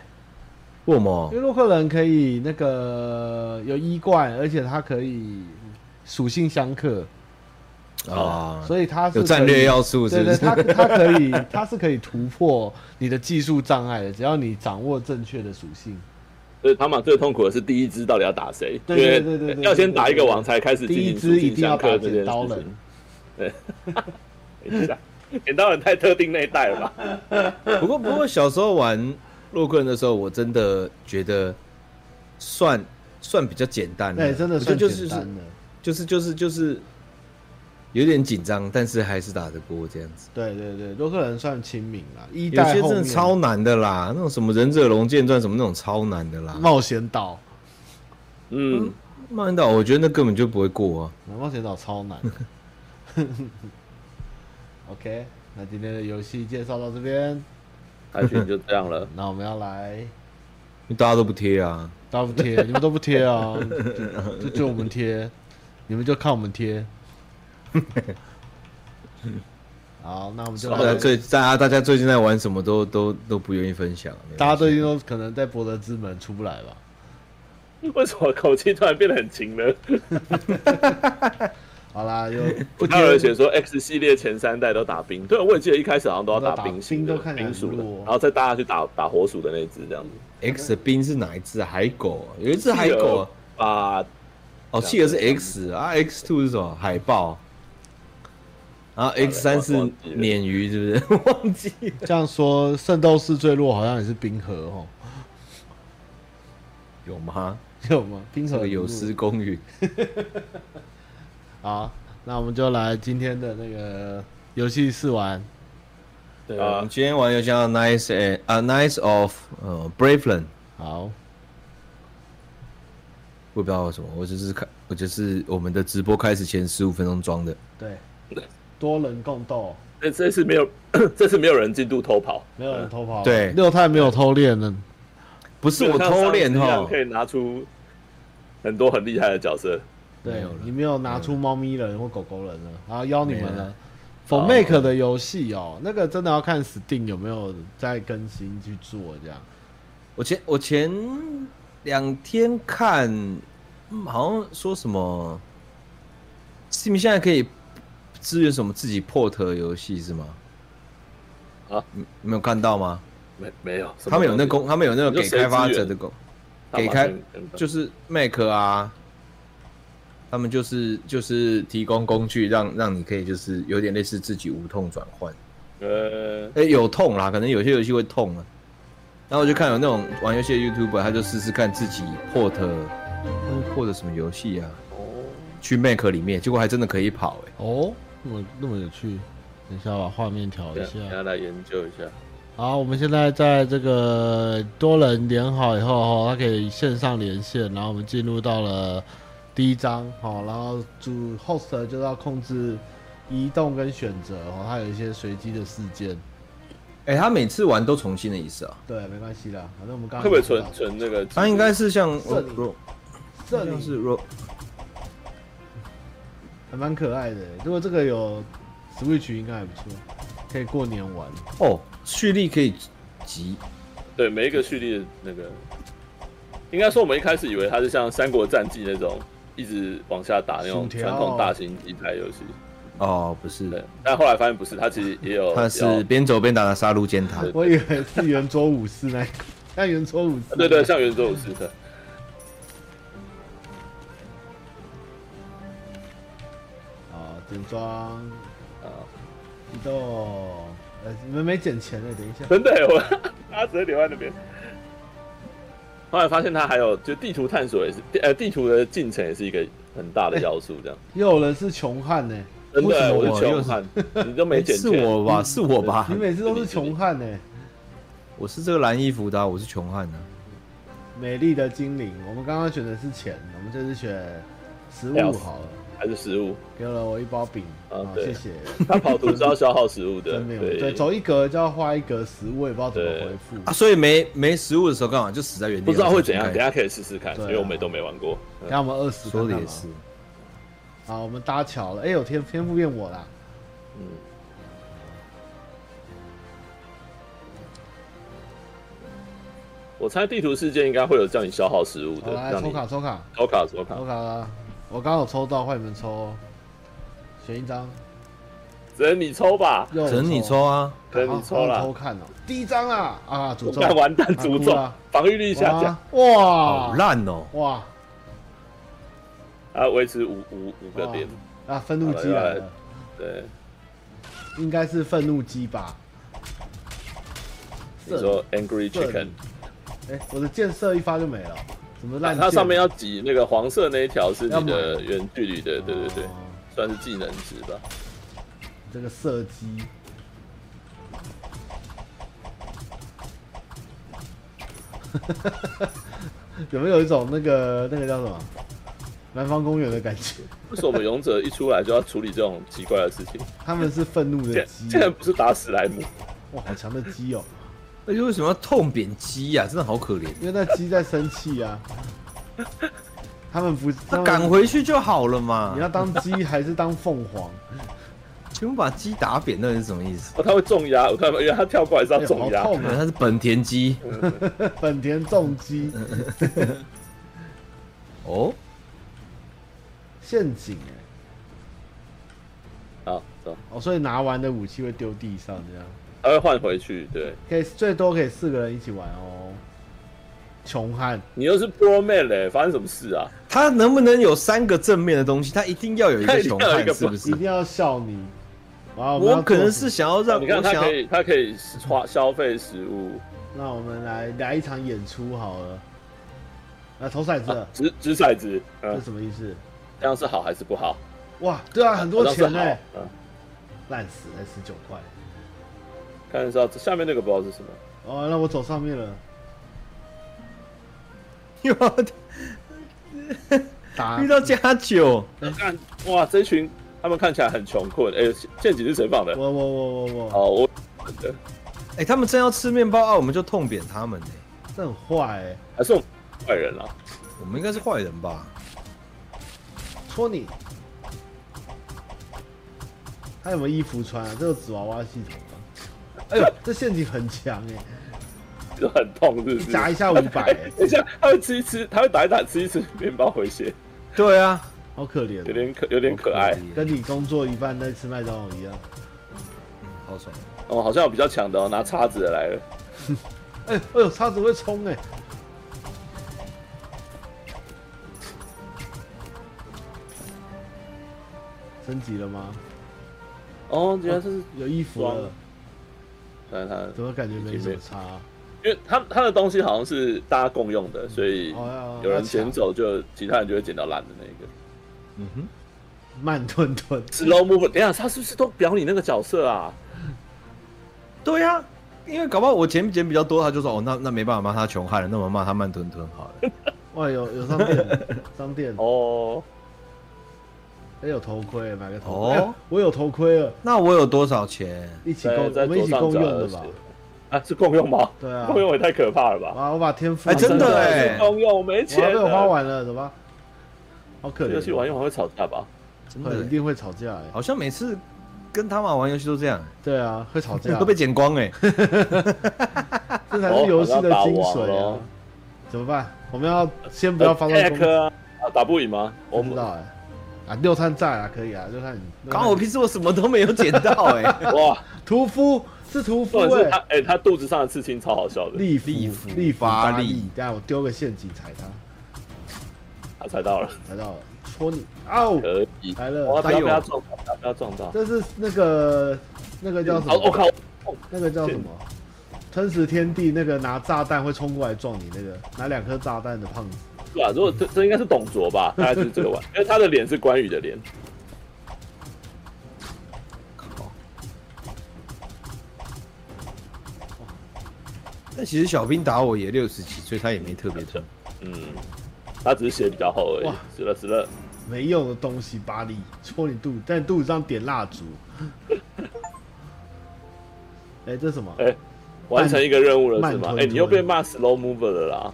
为什么因为？洛克人可以那个有一冠，而且它可以属性相克，啊，哦所以它是有战可略以要素对是不对，是？它它可以，它是可以突破你的技术障碍的，只要你掌握正确的属性。所以唐马最痛苦的是第一只到底要打谁，对对对对因对为对要先打一个王才开始第进一行只属一性定要相打克这剪件刀事人 情。，哎对，剪刀人太特定那一代 了吧？不过不过小时候玩洛克人的时候，我真的觉得算算比较简单了，对，真的嗯我算觉得就简是单的。就是就是就是有点紧张，但是还是打得过这样子。对对对，洛克人算亲民啦，一有代些后真的面超难的啦，那种什么忍者龙剑传什么那种超难的啦。冒险岛，嗯，漫岛我觉得那根本就不会过啊。冒险岛超难的。OK，那今天的游戏介绍到这边，海巡就这样了。那我们要来因为大家都不贴啊，大家不贴，你们都不贴 啊，就就就我们贴，你们就看我们 贴。好，那我们就大家来，最大家大家最近在玩什么都都都不愿意分享，没关系大家最近都可能在博德之门出不来吧？为什么口气突然变得很轻呢？好啦， 又不不贴还有人写说 X 系列前三代都打冰，对，啊我也记得一开始好像都要打冰型的都打冰都看起来冰很鼠的弱，然后再大家去打打火鼠的那一只这样子。 X 的兵是哪一只啊？海狗啊，有一只海狗啊，啊，哦，企鹅是 X 啊，X two 是什么？海豹。然后 X 三是忘记了鲶鱼，是不是？ 忘记了这样说，圣斗士坠落好像也是冰河哦， 有吗？有吗？冰这河个有失。失公允。好，那我们就来今天的那个游戏试玩。对啊我们今天玩游戏叫 Nice and 啊 Nice of 呃 Braveland，好，我也不知道为什么，我就是看我就是我们的直播开始前十五分钟装的，对，多人共斗，这这次没有， 这次没有人进度偷跑，没有人偷跑。对六太没有偷练呢。不是我偷练基本上上一哈样，可以拿出很多很厉害的角色。对没有了你没有拿出猫咪人或狗狗人了，然后邀你们没了了。 For 好 Make 的游戏哦，那个真的要看 Steam 有没有在更新去做这样。我前我前两天看，嗯好像说什么，Steam 现在可以支援什么自己 port 游戏是吗？啊你，你没有看到吗？没没有，什么他们有那东公，他们有那你说个给谁开发支援者的公，西给开大麻跟就是 Mac 啊，他们就是就是提供工具让让你可以就是有点类似自己无痛转换，呃，哎、有痛啦，可能有些游戏会痛啊。然后我就看有那种玩游戏的 YouTuber，他就试试看自己 port 嗯 port 什么游戏啊，去 Mac 里面，结果还真的可以跑哎、哦，那么那么有趣。等一下把画面调一等下。下来研究一下。好，我们现在在这个多人连好以后哈，它可以线上连线，然后我们进入到了第一章好，然后主 host 就要控制移动跟选择哦，它有一些随机的事件。哎、他每次玩都重新的意思啊，对，没关系啦，反正我们刚会刚不会讲存到存那个？他应该是像这里 Ro，这像里是 Ro，还蛮可爱的，如果这个有 Switch 应该还不错，可以过年玩。哦，蓄力可以集对每一个序列的那个，应该说我们一开始以为它是像《三国战记》那种一直往下打那种薯条传统大型机台游戏，哦，不是对，但后来发现不是，它其实也有，也他有是边走边打的杀戮尖塔对。我以为是圆桌武士那一个， 像圆桌武士。对对，像圆桌武士的，啊，点装。啊，移动，呃，你们没捡钱呢，等一下。真的耶我，他只是留在那边。后来发现它还有就地图探索也是，地呃，地图的进程也是一个很大的要素，这样。又有人是穷汉呢，真的耶，为我什么是 穷汉，你都没哎捡哎嗯是钱。我吧？是我啊吧你？每次都是穷汉呢。我是这个蓝衣服的啊、我是穷汉啊。美丽的精灵，我们刚刚选的是钱，我们这次选食哎呦物好了。还是食物，给了我一包饼，啊啊，对谢谢，他跑图是要消耗食物的 真没，有，对， 对，走一格就要画一格食物，我也不知道怎么对回复啊，，所以没没食物的时候干嘛就死在原地，啊不知道会怎样，然后等一下可以试试看，对啊因为我们也都没玩过。嗯让我们二十重开说的也啊是，好，我们搭桥了。哎、有天天赋变我啦。嗯我猜地图世界应该会有叫你消耗食物好的，来让抽你卡，抽卡，抽卡抽卡抽，卡啦！我刚有抽到，换你们抽哦，选一张。只能你抽吧，又有哦只能你抽啊，只能你抽好好啦偷。看哦、第一张啦，啊，诅咒，那完蛋，啊诅哭咒啦，防御力下降好哇烂哦，哇啊，维持五五五个点，啊！愤怒机来好了了又来，对，应该是愤怒机吧？你说 Angry 这里 Chicken，哎、我的箭射一发就没了，怎么烂箭？它啊上面要挤那个黄色那一条是要你买的远距离的，对对对哦，算是技能值吧。这个射击。 有没有一种那个那个叫什么《南方公园》的感觉？为什么我们勇者一出来就要处理这种奇怪的事情？他们是愤怒的这鸡，这人不是打史 莱姆，哇，好强的鸡哦！那哎就为什么要痛扁鸡呀？真的好可怜，因为那鸡在生气啊。他们不，他那们赶回去就好了你要嘛，当鸡还是当凤凰？全部把鸡打扁，那是什么意思？哦，他会重压，我看到，因为他跳过来是要哎重好 压，嗯痛对，啊！它是本田鸡本田重击哦，陷阱哎、好走，哦，所以拿完的武器会丢地上这样。他会换回去。对可以最多可以四个人一起玩哦。穷汉，你又是 Pro Man 嘞，发生什么事啊？它能不能有三个正面的东西？它一定要有一它个一定熊要有一汉，个是不是一？定要笑你。哇，我们要我做可能是想要让哦你看我他想要可以，他可以花消费食物，那我们来来一场演出好了。啊，投骰子了，掷掷骰子，这啊嗯，什么意思？这样是好还是不好？哇，对啊，很多好像钱是呢、好，嗯，烂死了，十九块。看一下这下面那个不知道是什么，哦，那我走上面了，遇到打 遇到加九，嗯看哇，这群他们看起来很穷困，哎，陷阱是谁放的？我我我我我，哦，我哎、他们真要吃面包啊，我们就痛扁他们呢、这很坏哎、还是我们坏人啊 啦，我们应该是坏人吧？戳你。他有没有衣服穿啊？这有纸娃娃系统吗？哎呦，这陷阱很强哎、就很痛，是不一是？夹一下五百、哎 等一下，他会吃一吃，他会打一打吃一吃面包回血，对啊，好可怜、有哦，点可有点可爱跟你工作一半在吃麦当劳一样。好爽。哦，好像有比较强的哦，拿叉子的来了，哎、哎呦，叉子会冲哎、升级了吗？哦，原来这是有衣服装了了，看他，怎么感觉没什么差、啊？因为他他的东西好像是大家共用的，所以哦要有人要抢捡走就其他人就会捡到烂的那一个。嗯哼，慢吞吞， Slow move，等一下他是不是都表你那个角色啊？对呀、啊，因为搞不好我前捡比较多，他就说哦，那那没办法骂他穷汉了，那我们骂他慢吞吞好 了。哇，有有商店了， 商店，哎、哦，有头盔，买个头哦盔，哎我有头盔了，那我有多少钱？一起在共，在我们一左起上共角用的的吧是？啊，是共用吗？对啊共用也太可怕了吧！啊哇，我把天赋哎真的哎是共用没我还钱被了，我花完了，怎么办？好可这游戏玩怜一玩会吵架吧？真哦，会一的，定会吵架哎。好像每次跟他们玩游戏都这样，对啊，会吵架都， 被剪光哎、这才是游戏的精哦好像打髓王啊了！怎么办？我们要先不要发动攻 Attack 击，啊，啊打不赢吗？我我不知们道哎。啊，六探在啊，可以啊，六探。刚好我平时我什么都没有捡到哎、 哇，屠夫是屠夫重点是他哎，哎，他肚子上的刺青超好笑的，利夫利夫利夫巴巴利利，等下我丢个陷阱踩他，他啊 猜到了，踩到了，戳你，哦，可以。来哇，了，不打呃要被他撞到，不要被他撞到。这是那个那个叫什哦，么？我靠！那个叫什么？吞食天地那个拿炸弹会冲过来撞你那个拿两颗炸弹的胖子，对啊，如果这这应该是董卓吧，大概就是这个玩，因为他的脸是关羽的脸。但其实小兵打我也六十几岁，他也没特别痛。嗯，他只是血比较厚而已哇。死了死了，没用的东西，巴力戳你肚子，在你肚子上点蜡烛。 哎、这什么？哎完成一个任务了慢是吗？吞哎、吞你又被骂 slow mover 了啦！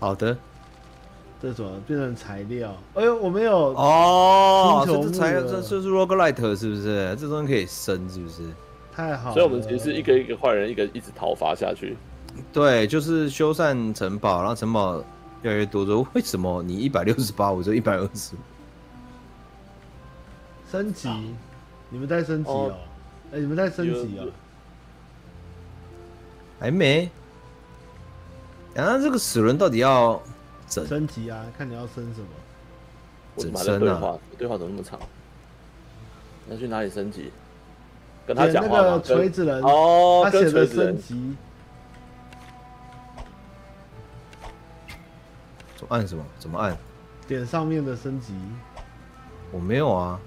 好的，这是什么变成材料？哎呦，我没有，哦，拼这球这木才了这这是 roguelite 是不是？这东西可以升是不是？太好了。所以我们其实是一个一个坏人，一个一直讨伐下去。对，就是修缮城堡，然后城堡越来越多。说为什么你一百六十八，我就一百二十？升级，你们在升级哦哦。哎、你们在升级哦有。还没。啊，这个齿轮到底要整？升级啊，看你要升什么。我怎么还整在身对啊话？对话怎么那么长？你要去哪里升级？跟他对，讲那话个吗？锤跟子人，哦他，写的跟锤子升人级，按什么？怎么按？点上面的升级，我没有啊，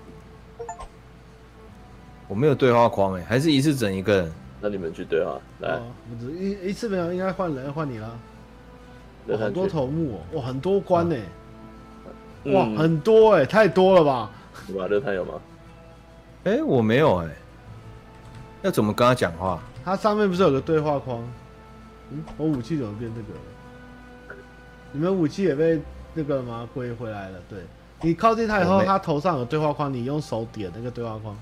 我没有对话框哎、还是一次整一个人。那你们去对话，来，哦，不止一一次没有，应该换人换你了。乐哇好山多去头目哦，哇，很多关呢、嗯哇，很多哎、太多了吧？有吗？乐探有吗？哎、我没有哎、要怎么跟他讲话？它上面不是有个对话框？嗯，我武器怎么变这个了？你们武器也被那个了吗？归回来了。对你靠近它以我后，没它头上有对话框，你用手点那个对话框，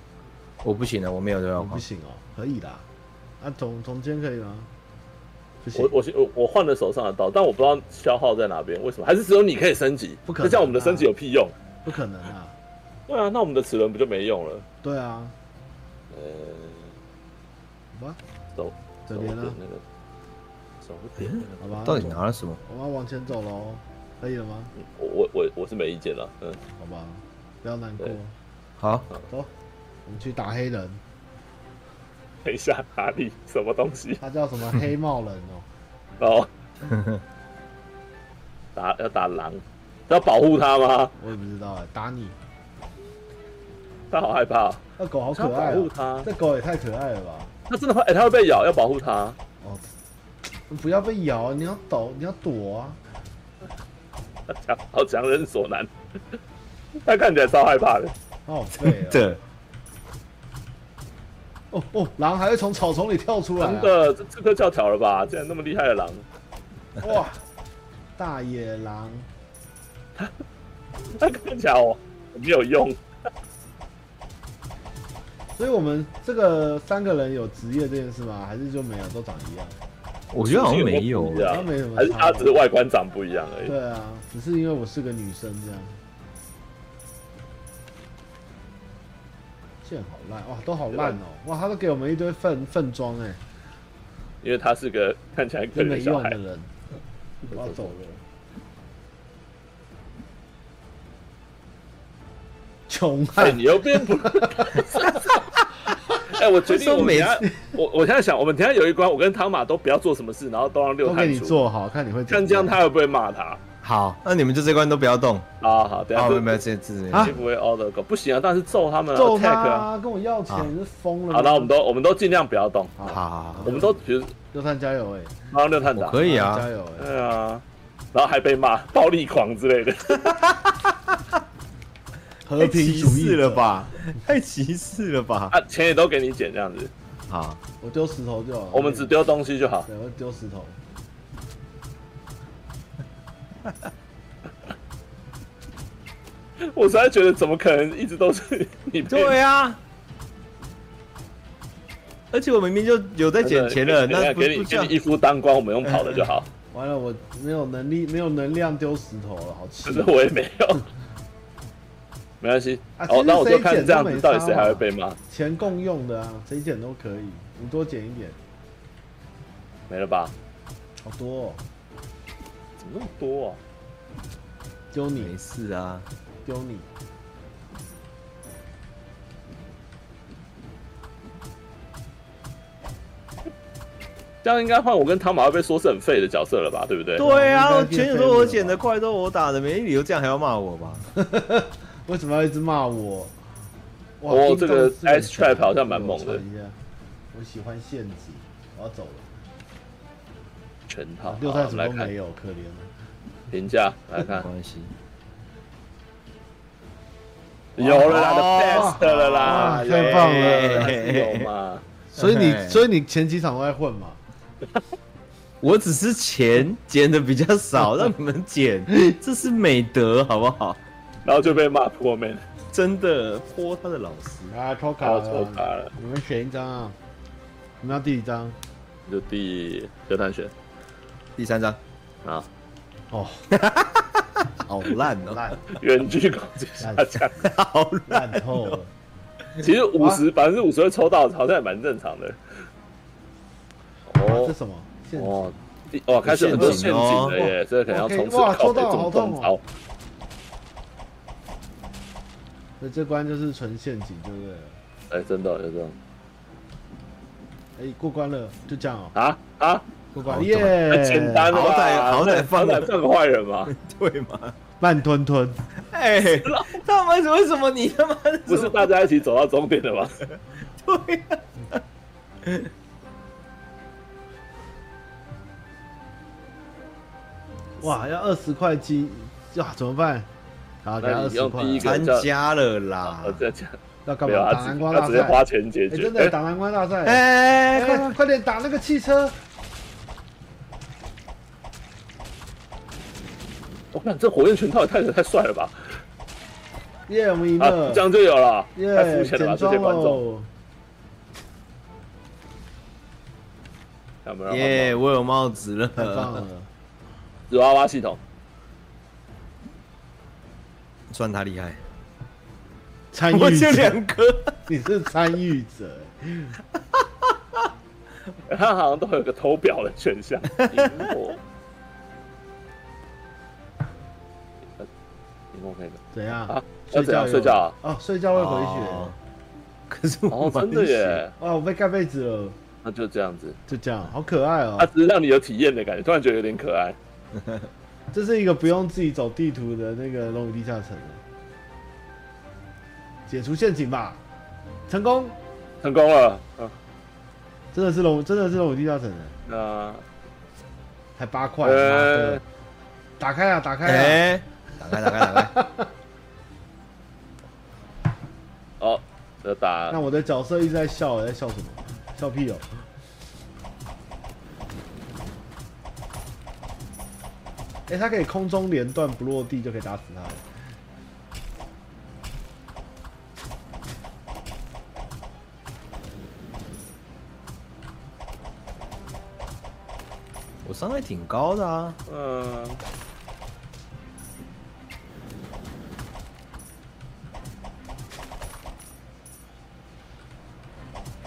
我不行啊了，我没有对话哦不框。行哦，可以啦。啊，总总监可以吗？不行我，我我我换了手上的刀，但我不知道消耗在哪边，为什么？还是只有你可以升级？不可能啊那这样我们的升级有屁用？不可能啊。对啊，那我们的齿轮不就没用了？对啊，呃，好吧，手这手边点呢？那个手点那个，好吧，到底拿了什么？我们要往前走喽，可以了吗？我嗯我我我是没意见了，嗯，好吧，不要难过，对好，走，我们去打黑人，等一下哪里什么东西？他叫什么黑帽人哦，哦，打要打狼，要保护它吗？我也不知道哎，打你，它好害怕哦，那狗好它要可爱保哦护，它，这狗也太可爱了吧！它真的会，哎、它会被咬，要保护它。哦，不要被咬，啊你要抖，你要躲啊！强好强人所难， 他看起来超害怕的。好废哦！对，啊哦哦，狼还会从草丛里跳出来、真啊，的，这这个叫巧了吧？竟然那么厉害的狼，哇！大野狼，他看起来哦没有用。所以我们这个三个人有职业这件事吗？还是就没有，都长一样？我觉得好像没有对啊欸、好像没什么还是差他吧只是外观长不一样而已。对啊，只是因为我是个女生这样。剑好烂哇，都好烂哦、哇，他都给我们一堆粪粪装哎，因为他是个看起来可真怜没的小用的孩。人，我要走了。穷啊哎，汉你又 变不？哎，我决定说我们每等下，我我现在想，我们等下有一关，我跟汤马都不要做什么事，然后都让都六给探你主。做好，看你会怎么看这样他会不会骂他？好，那啊你们就这关都不要动。啊，好，等啊，下没就有没有，这这啊绝不会 order 狗，不行啊，但是揍他们啊揍他、 ，attack 啊。跟我要钱，啊你是疯了吗？好，那我们都我们都尽量不要动，好好好好我，们都比如六探加油哎、帮六探我长。可以加啊，油哎、对啊，然后还被骂暴力狂 之类的。和平主义哎太歧视者了？吧？太歧视了吧？啊，钱也都给你捡这样子，嗯好，我丢石头就好了，我们只丢东西就好。对，我丢石头。我实在觉得怎么可能一直都是 你被对啊。而且我明明就有在真的捡钱了，给你那不给不你这给样你一夫当关，我们用跑的就好。完了，我没有能力，没有能量丢石头了，好气哦可。是我也没有， 没关系。啊哦，其实那我就谁看捡这样都没子到底差啊谁还会嘛被骂，钱共用的啊，谁捡都可以，你多捡一点，没了吧？好多、哦，怎么那么多啊？丢没你，事啊。丢你。这样应该换我跟汤马会被说是很废的角色了吧？对不对？对我啊，们应该变钱都我捡的，快都我打的，没理由这样还要骂我吧？为什么要一直骂我？哇哦这个 Ice 是很 Trap 好像蛮猛的我一下啊我喜欢陷阱，我要走了。全套。六好探我什们么来都看 没有，可怜了。评价，来没看关系，有了啦哦，The Best 了啦哇，太棒了耶有嘛？ 所以你嘿所以你前几场都在混嘛？我只是钱捡的比较少，让你们捡，这是美德，好不好？然后就被骂破面，嗯真的泼他的老师，啊，抽卡然后错卡了，了，你们选一张啊，你们要第几张？就第刘探选第三张啊， 哦，好烂哦，烂远距攻击下降。 好烂烂透了，其实五十百分之五十会抽到，好像也蛮正常的。哇这哦什么？现哦，第哇，开始很多陷陷阱哦阱了耶，这个可能要从此 OK，哇靠抽到这好种痛哦中招。所以这关就是纯陷阱，对不对了？哎，真的有这种哎，过关了，就这样哦，啊啊，过关好了耶太，简单哦了吧，好歹好歹那放了好歹放个坏人 嘛，对吗？慢吞吞，哎、他们为什么你他妈的不是大家一起走到终点的吗？对呀、哇，要二十块金，哇，怎么办？好，给他那二你十用块第一啊，个参加了啦我！在讲，要干啊没嘛有？打他南直瓜他大直接赛花？钱解哎，决真。的打南瓜大赛，哎，哎、快快快点打那个汽车，我看哦这火焰拳套也太太帅了吧！耶，我们赢啊，了这，样就有了，太耶，肤浅了简吧这装些哦观众。喽，有没有？耶我有帽子太棒 了，了，纸娃娃系统， 算他厉害。参我与就者，两颗，你是参与者，哎他好像都有个投票的选项。荧幕 呃荧幕那个怎样啊？睡要怎觉样睡觉啊有哦，睡觉会回血哦。可是我哦，真的耶，哦，我被盖被子了，那就这样子，就这样，好可爱哦它。只是让你有体验的感觉，突然觉得有点可爱。这是一个不用自己走地图的那个《龙与地下城》了解除陷阱吧，成功！成功了，啊嗯，真的是龙，真的是《龙与地下城》了，那才八块，妈呃的打开啊，打开啊！哎、打开打开打开，哦，要打那我的角色一直在笑，我在笑什么？笑屁哦！哎，他可以空中连段不落地就可以打死他了。我伤害挺高的啊，嗯，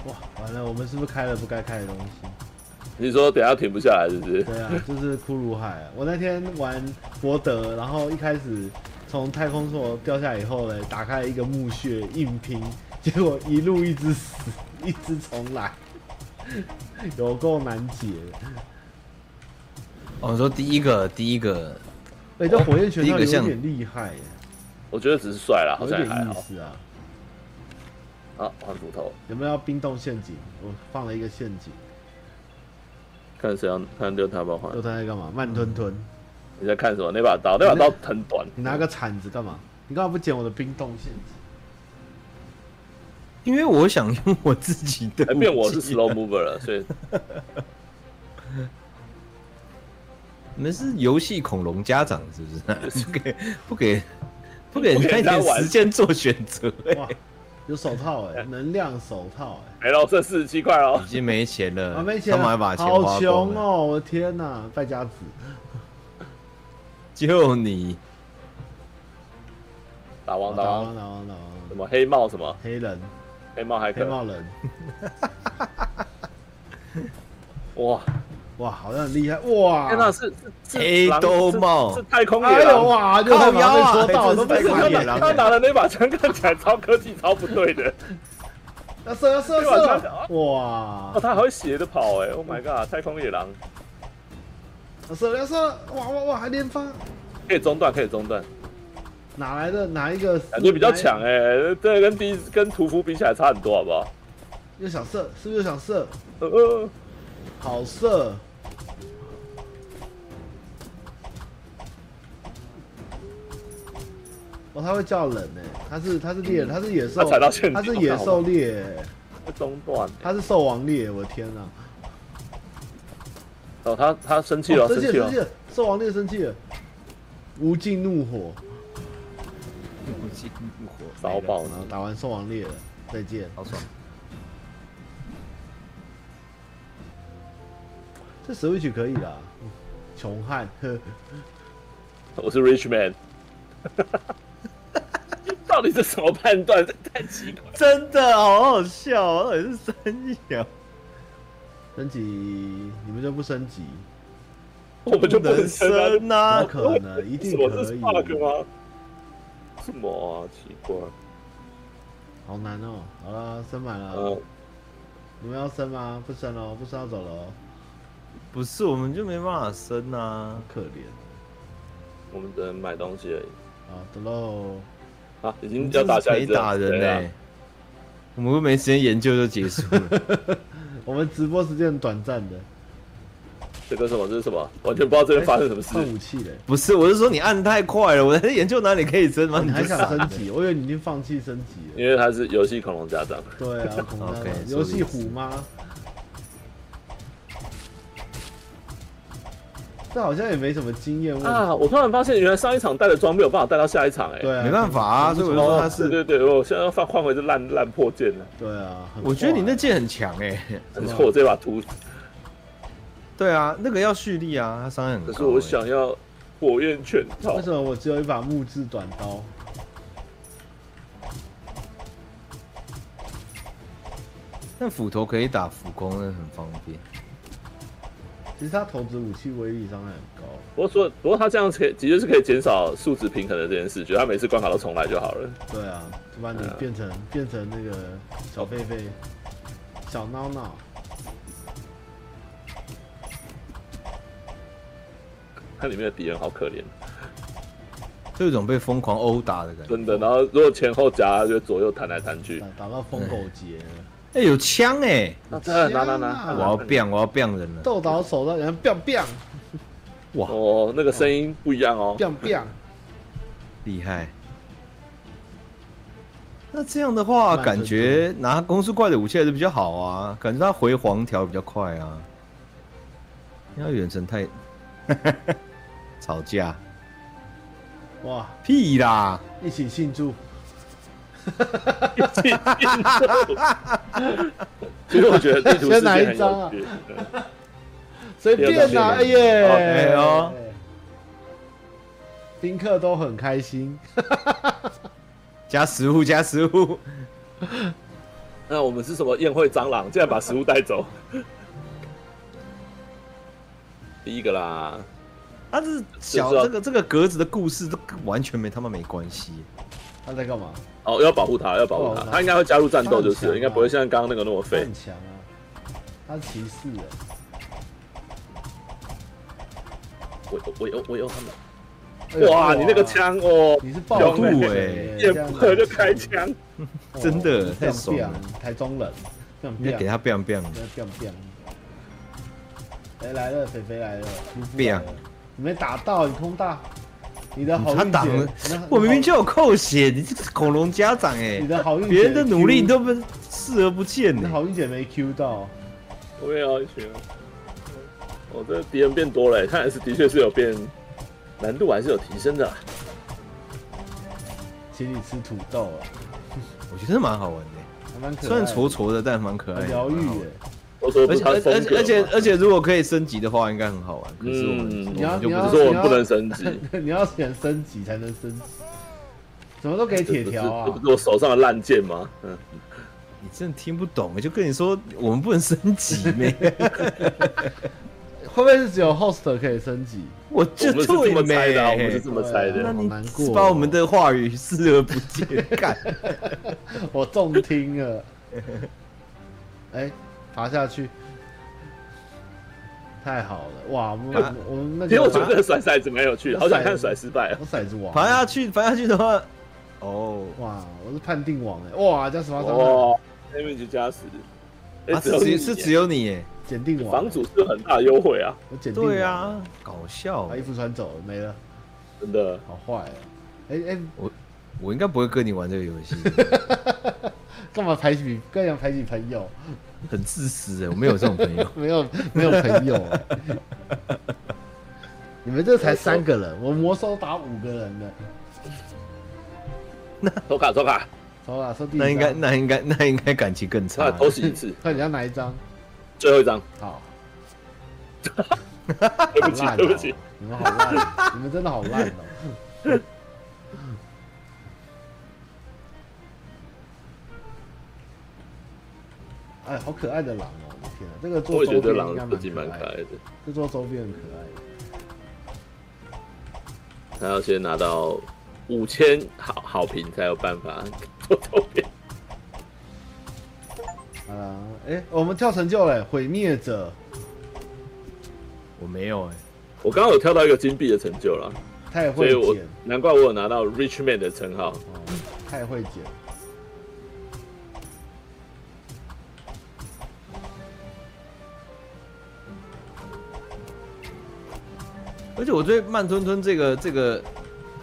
哇，完了，我们是不是开了不该开的东西？你说等一下停不下来是不是？对啊，就是骷髅海啊。我那天玩博德，然后一开始从太空梭掉下来以后呢，打开一个墓穴硬拼，结果一路一直死，一直重来，有够难解。哦，你说第一个第一个哎、这火焰拳套第有一个像点厉害耶，我觉得只是帅啦，好有像点也还意好。思啊。啊，换斧头，有没有要冰冻陷阱？我放了一个陷阱，看谁要看六他要换又。他在干嘛？慢吞吞，你在看什么？那把刀，那把刀很短。你拿个铲子干嘛？你干嘛不捡我的冰冻陷阱？因为我想用我自己的武器啊、哎，变我是 slow mover 了，所以你们是游戏恐龙家长是不是？不给不给不给不给人人家家一点玩时间做选择、哎哇，有手套哎、能量手套哎、没了，剩四十七块了已。经没钱了，啊，没钱了，他们还把钱好花光穷了，哦！我的天哪，败家子，就你打王打打王王，打王打王什，么黑帽什么黑人黑帽还可黑以。帽人，哇，哇，好像很厉害哇！天哪，是是黑兜帽是太空哎野呦狼。哇，就他靠腰妈被戳啊到，哎都真被是太他看狂野了。拿了他拿的那把枪看起来超科技超不对的，要射要射这把要枪射！哦，哇，他还会斜着跑哎、o h my god，太空野狼要射要射！哇哇哇，还连发！可以中断，可以中断，哪来的哪一个？感觉比较强哎、这个跟第一跟屠夫比起来差很多，好不好？又想射，是不是又想射？呃，好射！哦，它会叫人呢、它是它是猎人，它是野兽，它踩到陷阱它是野兽猎、中断。它是兽王猎，我的天哪、哦，他他生气了，哦生生气气了，了生气。了，兽王猎生气了，无尽怒火，我进入火骚爆然后呢？打完兽王猎了，再见。好爽！这 Switch 可以啦，嗯穷汉，呵我是 rich man。到底是什么判断？ 这太奇怪了。真的好好笑哦，到底是三秒。升级你们就不升级？我们就不能承担生啊不可能，一定什么可呃是以。 bug 吗？什么啊？奇怪。好难哦、好啦，升满了，呃，你们要升吗？不升喽，不升要走哦喽，不是，我们就没办法生啊好。可怜我们只能买东西而已。啊，走喽。啊，已经要打起来没打欸人呢、呢、对啊我们又没时间研究就结束了。 我们直播时间很短暂的，这个什么？这是什么？完全不知道这边发生什么事。换武器嘞、不是，我是说你按太快了，我在研究哪里可以生吗？哦你还就想傻升级？我以为你已经放弃升 级了。因为他是游戏恐龙家长，对啊，恐龙 OK，游戏 sorry 虎妈，这好像也没什么经验问题。啊！我突然发现，原来上一场带的装备有办法带到下一场哎、对啊，没办法啊，所以我就说他对是。对对，我现在要换换回这烂烂破剑了。对啊，很我觉得你坏那剑很强哎、可是我这把图，对啊，那个要蓄力啊，他伤害很高、可是我，想要火焰拳套啊为，什么我只有一把木质短刀？但斧头可以打浮空，那很方便。其实它投掷武器威力伤害很高。不过说，不过他这样可以，的确是可以减少数值平衡的这件事，觉得他每次关卡都重来就好了。对啊，就把你对啊变成变成那个小狒狒、小闹闹。它里面的敌人好可怜，就有一种被疯狂殴打的感觉。真的。然后如果前后夹，它就会左右弹来弹去打。打到疯狗节，哎、有枪哎、那真的拿拿天啊拿！我要变，我要变人了。豆倒手到人家 biang biang 哇，哦，那个声音不一样哦。 biang biang，厉害！那这样的话，慢吞感觉拿攻速快的武器还是比较好啊，感觉它回黄条比较快啊。因为它远 程太吵架哇，屁啦！一起庆祝！其实我觉得地图世界先拿很一张啊有趣。随便别啦、的哎哦耶哎！呦宾客都很开心，加食物，加食物，那我们是什么宴会蟑螂？竟然把食物带走？第一个啦，它是就小是要这个这个格子的故事都完全没他妈没关系。他在干嘛？哦，要保护它，要保护保它，护它它应该会加入战斗，就它很强啊是应该不会像刚刚那个那么他废很。强啊，他是骑士哎，我我我我用他们。哎呦哇，你那个，枪哦，你是暴有徒度哎，哎见不得就开枪，哦，真的太 biang 爽了 biang，台啊中人，biang 你就 biang，给它 biang biang， biang biang，哎来了，肥肥来了，夫妇 biang 来了你没打到，你空大，你的好他运挡了姐，我明明就就有扣血，你这个恐龙家长哎、你的好运姐，别人的努力你都不视而不见欸你的呢、好运姐没 Q 到，我也要一群。啊我、哦、这敌人变多了欸耶，看来是的确是有变，难度还是有提升的啊。请你吃土豆啊，我觉得蛮好玩的、还蛮可爱的，虽然挫挫的，但蛮可爱啊很的，疗愈哎蛮好玩耶。我说不而是他且的而且风格嘛而且而且而且，如果可以升级的话，应该很好玩。可是我们、嗯我你要们就不你只要是我是们不能升级， 你要选升级才能升级，怎么都给这铁不是条这啊 不！是我手上的烂剑吗？嗯，你真的听不懂，就跟你说我们不能升级没？会不会是只有 host 可以升级？我我就们是退这么猜没的啊，我们是这么猜对的啊那。好你难过哦把我们的话语视而不见， 干我中听了，哎、爬下去，太好了！哇，我爬们我们那其实我觉得这个个甩骰子蛮有趣的，好想看甩失败啊我！骰子王，爬下去，爬下去的话，哦，哇，我是判定王哎、哇，加十八张哦，damage 加十，哎啊，是有只你是只耶有你耶，检定王、房主是有很大的优惠啊，我检定王对，啊，搞笑把，衣服穿走了没了，真的。好坏、欸，哎、哎、我我应该不会跟你玩这个游戏，干嘛排挤？干嘛排挤朋友？。很自私哎，我没有这种朋友 没有没有朋友、 欸。你们这才三个人，我魔兽打五个人呢。偷卡偷卡，走啦，说第一那应该张那应该那应该感情更那差。偷袭一次，快点要哪一张？最后一张，好，对好不起烂、对哦不起，你们好烂，你们真的好烂哦、 哎，好可爱的狼哦、我的天啊，这个我做也周觉得边狼应该自己蛮蛮可可爱爱的，的，这做周边很可爱的。他要先拿到五千好好评才有办法 做周边。好啦，哎、我们跳成就嘞，毁灭者我没有哎，我刚刚有跳到一个金币的成就了，太所会以我捡，难怪我有拿到 Rich Man 的称号。哦，太会捡。而且我对慢吞吞这个这个，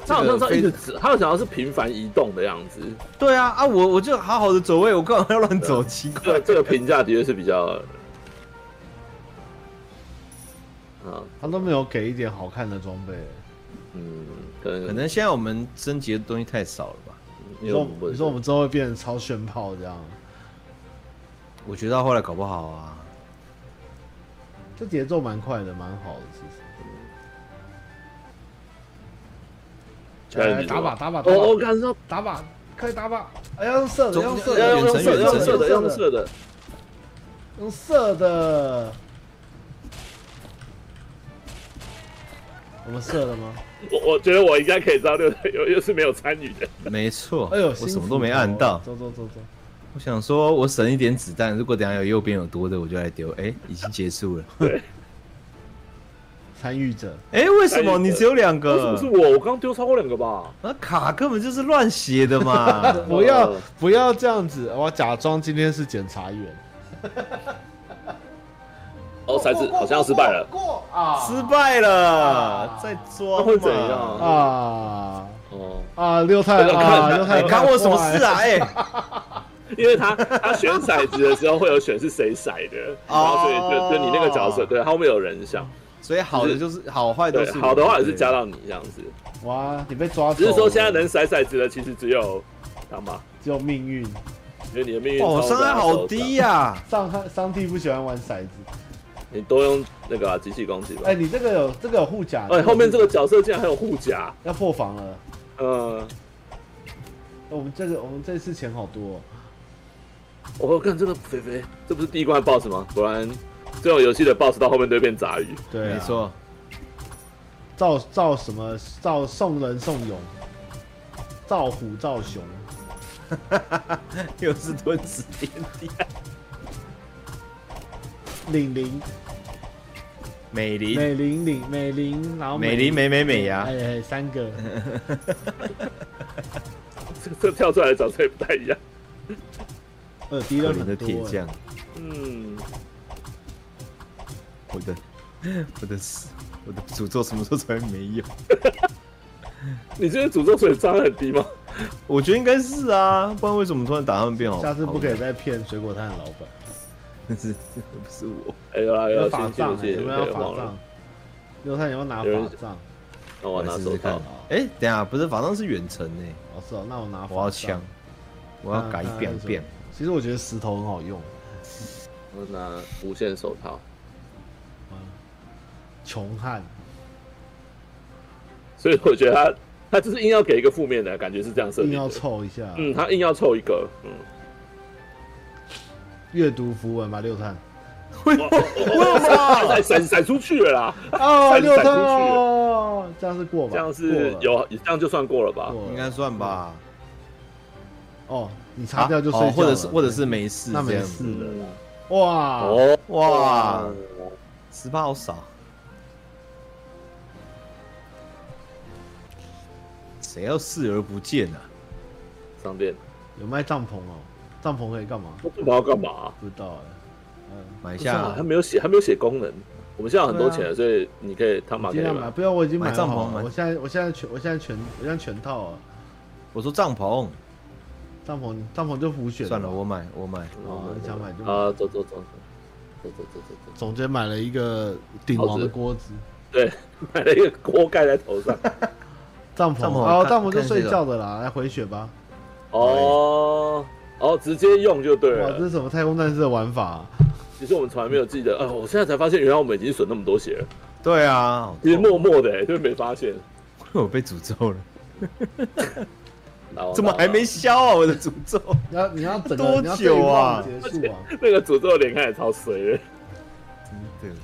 他好这像个是一非直指，他好像是频繁移动的样子。对啊啊，我我就好好的走位，我干嘛要乱走？奇这怪个，这个评价的确是 比较。啊，他都没有给一点好看的装备。嗯，可能可能现在我们升级的东西太少了吧？你因为说我我们们不你说我们之后会变成超炫炮这样，我觉得到后来搞不好啊，这节奏蛮快的，蛮好的其实。确实哎打靶打靶打哦我我靶刚说打靶，快打靶！哎，要用射的，中要用射对的，要远用程射的，要远程用射的，要用射的，射的，用射的。我们射了吗？我我觉得我应该可以知道六队友又是没有参与的。没错。哦哎呦，我新什么斧都没头按到。走走走走，我想说，我省一点子弹，如果等一下有右边有多的，我就来丢。哎、已经结束 了。参与者，哎、为什么你只有两为什么个是？我？我刚丢超过两个吧？那卡根本就是乱写的嘛！ 哦不要不要这样子，我假装今天是检察员。哦，骰子好像要失败了。过啊，失败了，在装啊嘛那会怎样啊哦，啊！六太我想看啊，六哎、太，干我什么事啊？啊？哎、因为他他选骰子的时候会有选是谁骰的，哦然后所以就就你那个角色，对，后面有人想，所以好的就是好，坏都对是，我好的话也是对加到你这样子。 哇，你被抓走了！只是说现在能骰骰子的其实只有当吧，只有命运，因为你的命运哦哇，我操伤纵在害他哦好手上，低呀、上上上帝不喜欢玩骰子。你多用那个啊机器攻击吧哎，。你这个有这个有护甲，哎，后面这个角色竟然还有护甲，要破防了。嗯，我们这个我们这次钱好多哦，我哦看这个肥肥，这不是第一关的 BOSS 吗？果然这种游戏的 BOSS 到后面都会变杂鱼。对啊没，错，造造什么造送人送勇，造虎造熊， 又是吞食天地，啊领灵美林，美玲领美玲，然后美林，美美啊美呀、哎哎三 个，这这跳出来的角色也不太一样。呃敌可人怜的很多铁哎匠，嗯，我哎的，我的，我的诅咒什么时候才会没有？你这个诅咒水伤很低吗？我觉得应该是啊，不然为什么突然打他们变好？下次不可以以，再骗水果摊的老板。但是不是我，哎、有啦有要啦，法新杖、游欸，戏有没有别要忘法了杖？六太，你要拿有人法杖？那 我拿来试手试看套。。哎、等一下不是，法杖是远程诶、哦，是哦，那我拿法杖我要枪，，我要改啊那变变。。那那其实我觉得石头很好用，我拿无限手套，嗯穷汉所以我觉得他他就是硬要给一个负面的感觉，是这样设硬定要的。凑一啊下。嗯，他硬要凑一个，嗯，阅读符文吧，六 探。为什么闪闪闪出去了啦？哦，闪六探闪出去哦，这样是过吧？这样过是了有，啊这样就算过了吧？过了应该算吧，哦，你擦掉就睡觉啊了哦，或者是或者是没事那这没样事子。了。嗯，哇，哦，哇，十八好少，谁要视而不见啊？商店，有卖帐篷哦，帐篷可以干嘛？我不知道干嘛、不知道哎。嗯，买啊，下他没有写，他没有写功能。我们现在有很啊多钱，所以你可以他马我可以尽量买买，。不要我已经买买帐好篷了买我现在我现在全我现在全我现在全套啊，我说帐篷，帐篷帐篷就浮选算了，我买我买。哦，你想买就买。啊，走走走走走走走走走，总监买了一个顶王的锅子，对， 买了一个锅盖在头上。帐篷帐篷哦，看帐篷就看这睡个觉的啦，来回血吧。哦哦，直接用就对啊哇，这了是。什么太空战士的玩法啊？其实我们从来没有记得，啊，我现在才发现，原来我们已经损那么多血了。对啊，好其实痛默默的、欸，就没发现。我被诅咒了，然后怎么还没？消啊？我的诅咒，你要你要整个多你要这一久啊棒结束啊？那个诅咒脸看起来超衰的。真的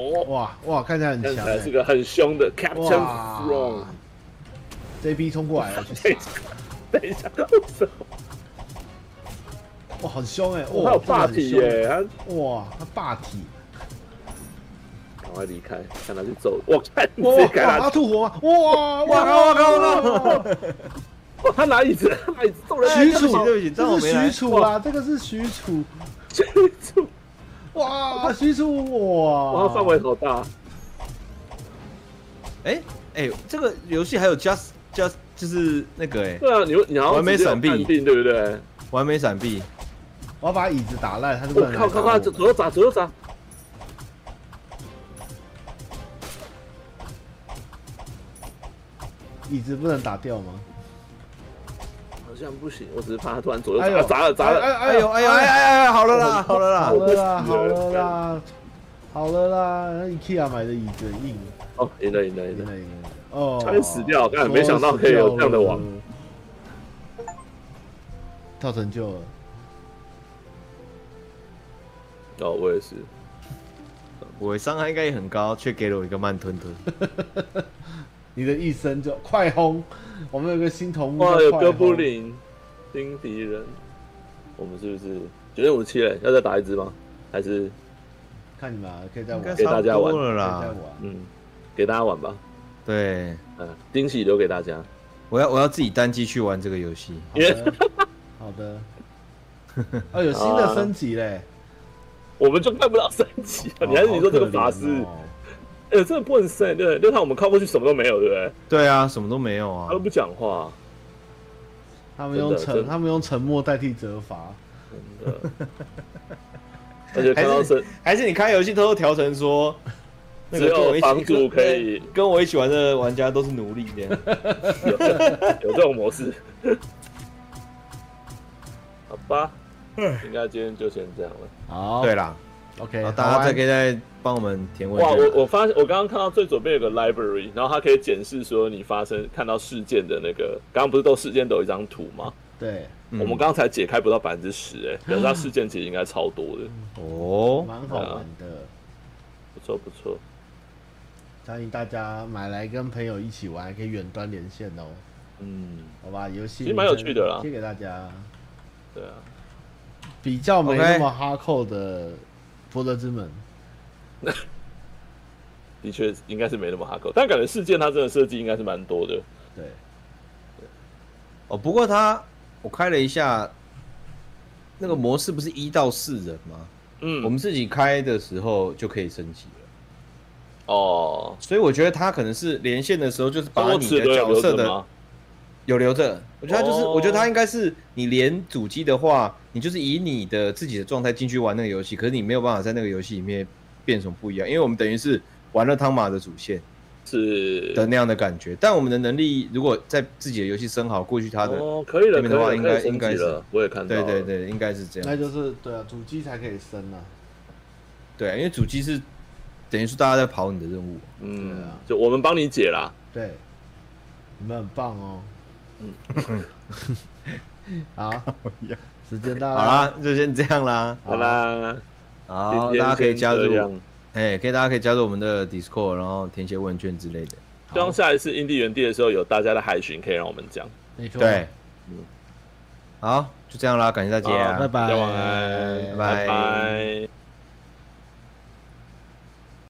哦，哇哇，看起来很看起强来是欸。个很凶的 Captain 哇 Strong。 JP 冲过来了，等一下，等一下，为什么？哇，很凶哎！他哇，有霸体耶、他哇，他霸体。赶快离开，看他去揍。我看你哇直接，给哇他他，吐火吗？哇哇靠哇靠哇靠！哇他拿椅子，他拿椅子揍人。许对不褚起哎对不起，这样这我是没来许褚啦，这个是许褚。哇，许褚哇！哇，范围好大，哎、哎、这个游戏还有 just just 就是那个哎、对啊，你你好像完美直接有闪避判定对不对？完美闪避，我要把椅子打烂，他就不我能来打哦靠靠靠，左我。左右砸，左右砸，椅子不能打掉吗？好像不行，我只是怕他突然左右哎砸，呦，砸了砸了，哎呦哎呦哎哎哎，好了啦好了好啦，了啦，好了啦，好了啦，那 IKEA 买的椅子很硬，哦，赢了赢了赢真了的。硬。哦，差点死掉干没想到可以有这样的网说死掉了。跳成就了，哦，我也是。我伤害应该也很高，却给了我一个慢吞吞。你的一生就快轰！我们有个新同目，哇，有哥布不领。林，新敌人，我们是不是九点五七嘞？要再打一支吗？还是看你们啊，可以再应玩，该可以给差大不家玩多了再啦。玩。嗯，给大家玩吧。对，嗯，惊喜留给大家。我要我要自己单机去玩这个游戏。好的，好的。 哦，有新的升级嘞！我们就看不到升级啊！你还是你说这个法师，哦好可怜哦哎、真的不能升，对不对？就看我们靠过去什么都没有，对不对？对啊，什么都没有啊他都。不讲话，他们用真的真沉，的他们用沉默代替责罚。真的。 而且看到升，还是你开游戏偷偷调成 说，那只个跟我有一起房主可以跟我一起玩的玩家都是奴隶这样。有这种模式。好吧，应该今天就先这样了。好， 对啦， ，OK，然后大家再可以以再帮我们填问哇，卷啊。我我发现我刚刚看到最左边有个 library，然后它可以检视说你发生看到事件的那个，刚刚不是都事件都有一张图吗？对，嗯我们刚才解开不到百分之十，哎，表示它事件其实应该超多的，哦，蛮好玩的。不错不错。欢迎大家买来跟朋友一起玩，还可以远端连线哦，嗯，好吧？游戏其实蛮有趣的啦贴给大家。对啊，比较没那 OK 么哈扣的《伯乐之门》的确应该是没那么哈扣，但感觉事件它真的设计应该是蛮多的。对，哦，不过他我开了一下，那个模式不是一到四人吗？嗯，我们自己开的时候就可以升级了，哦，所以我觉得他可能是连线的时候就是把周你尺的都有角留色着的吗？有留着。我觉得他就是，哦我觉得他应该是你连主机的话，你就是以你的自己的状态进去玩那个游戏，可是你没有办法在那个游戏里面变什么不一样，因为我们等于是玩了汤马的主线是的那样的感觉。但我们的能力如果在自己的游戏升好过去他的，哦，可以了，这可以边的了，话可以应升该级应该是了，我也看到对了，对对，应该是这样。那就是对啊，主机才可以升啊。对，啊因为主机是等于是大家在跑你的任务。对嗯啊，就我们帮你解啦。对，你们很棒哦。嗯， 好，时间到好了，啦，就先这样啦。好啦，好，今天大家可以先加这入样，哎，可以大家可以加入我们的 Discord，然后填写问卷之类的。希望下一次印地原地的时候，有大家的海巡可以让我们讲。没错，对，好，就这样啦，感谢大家，拜拜，大家晚安拜拜拜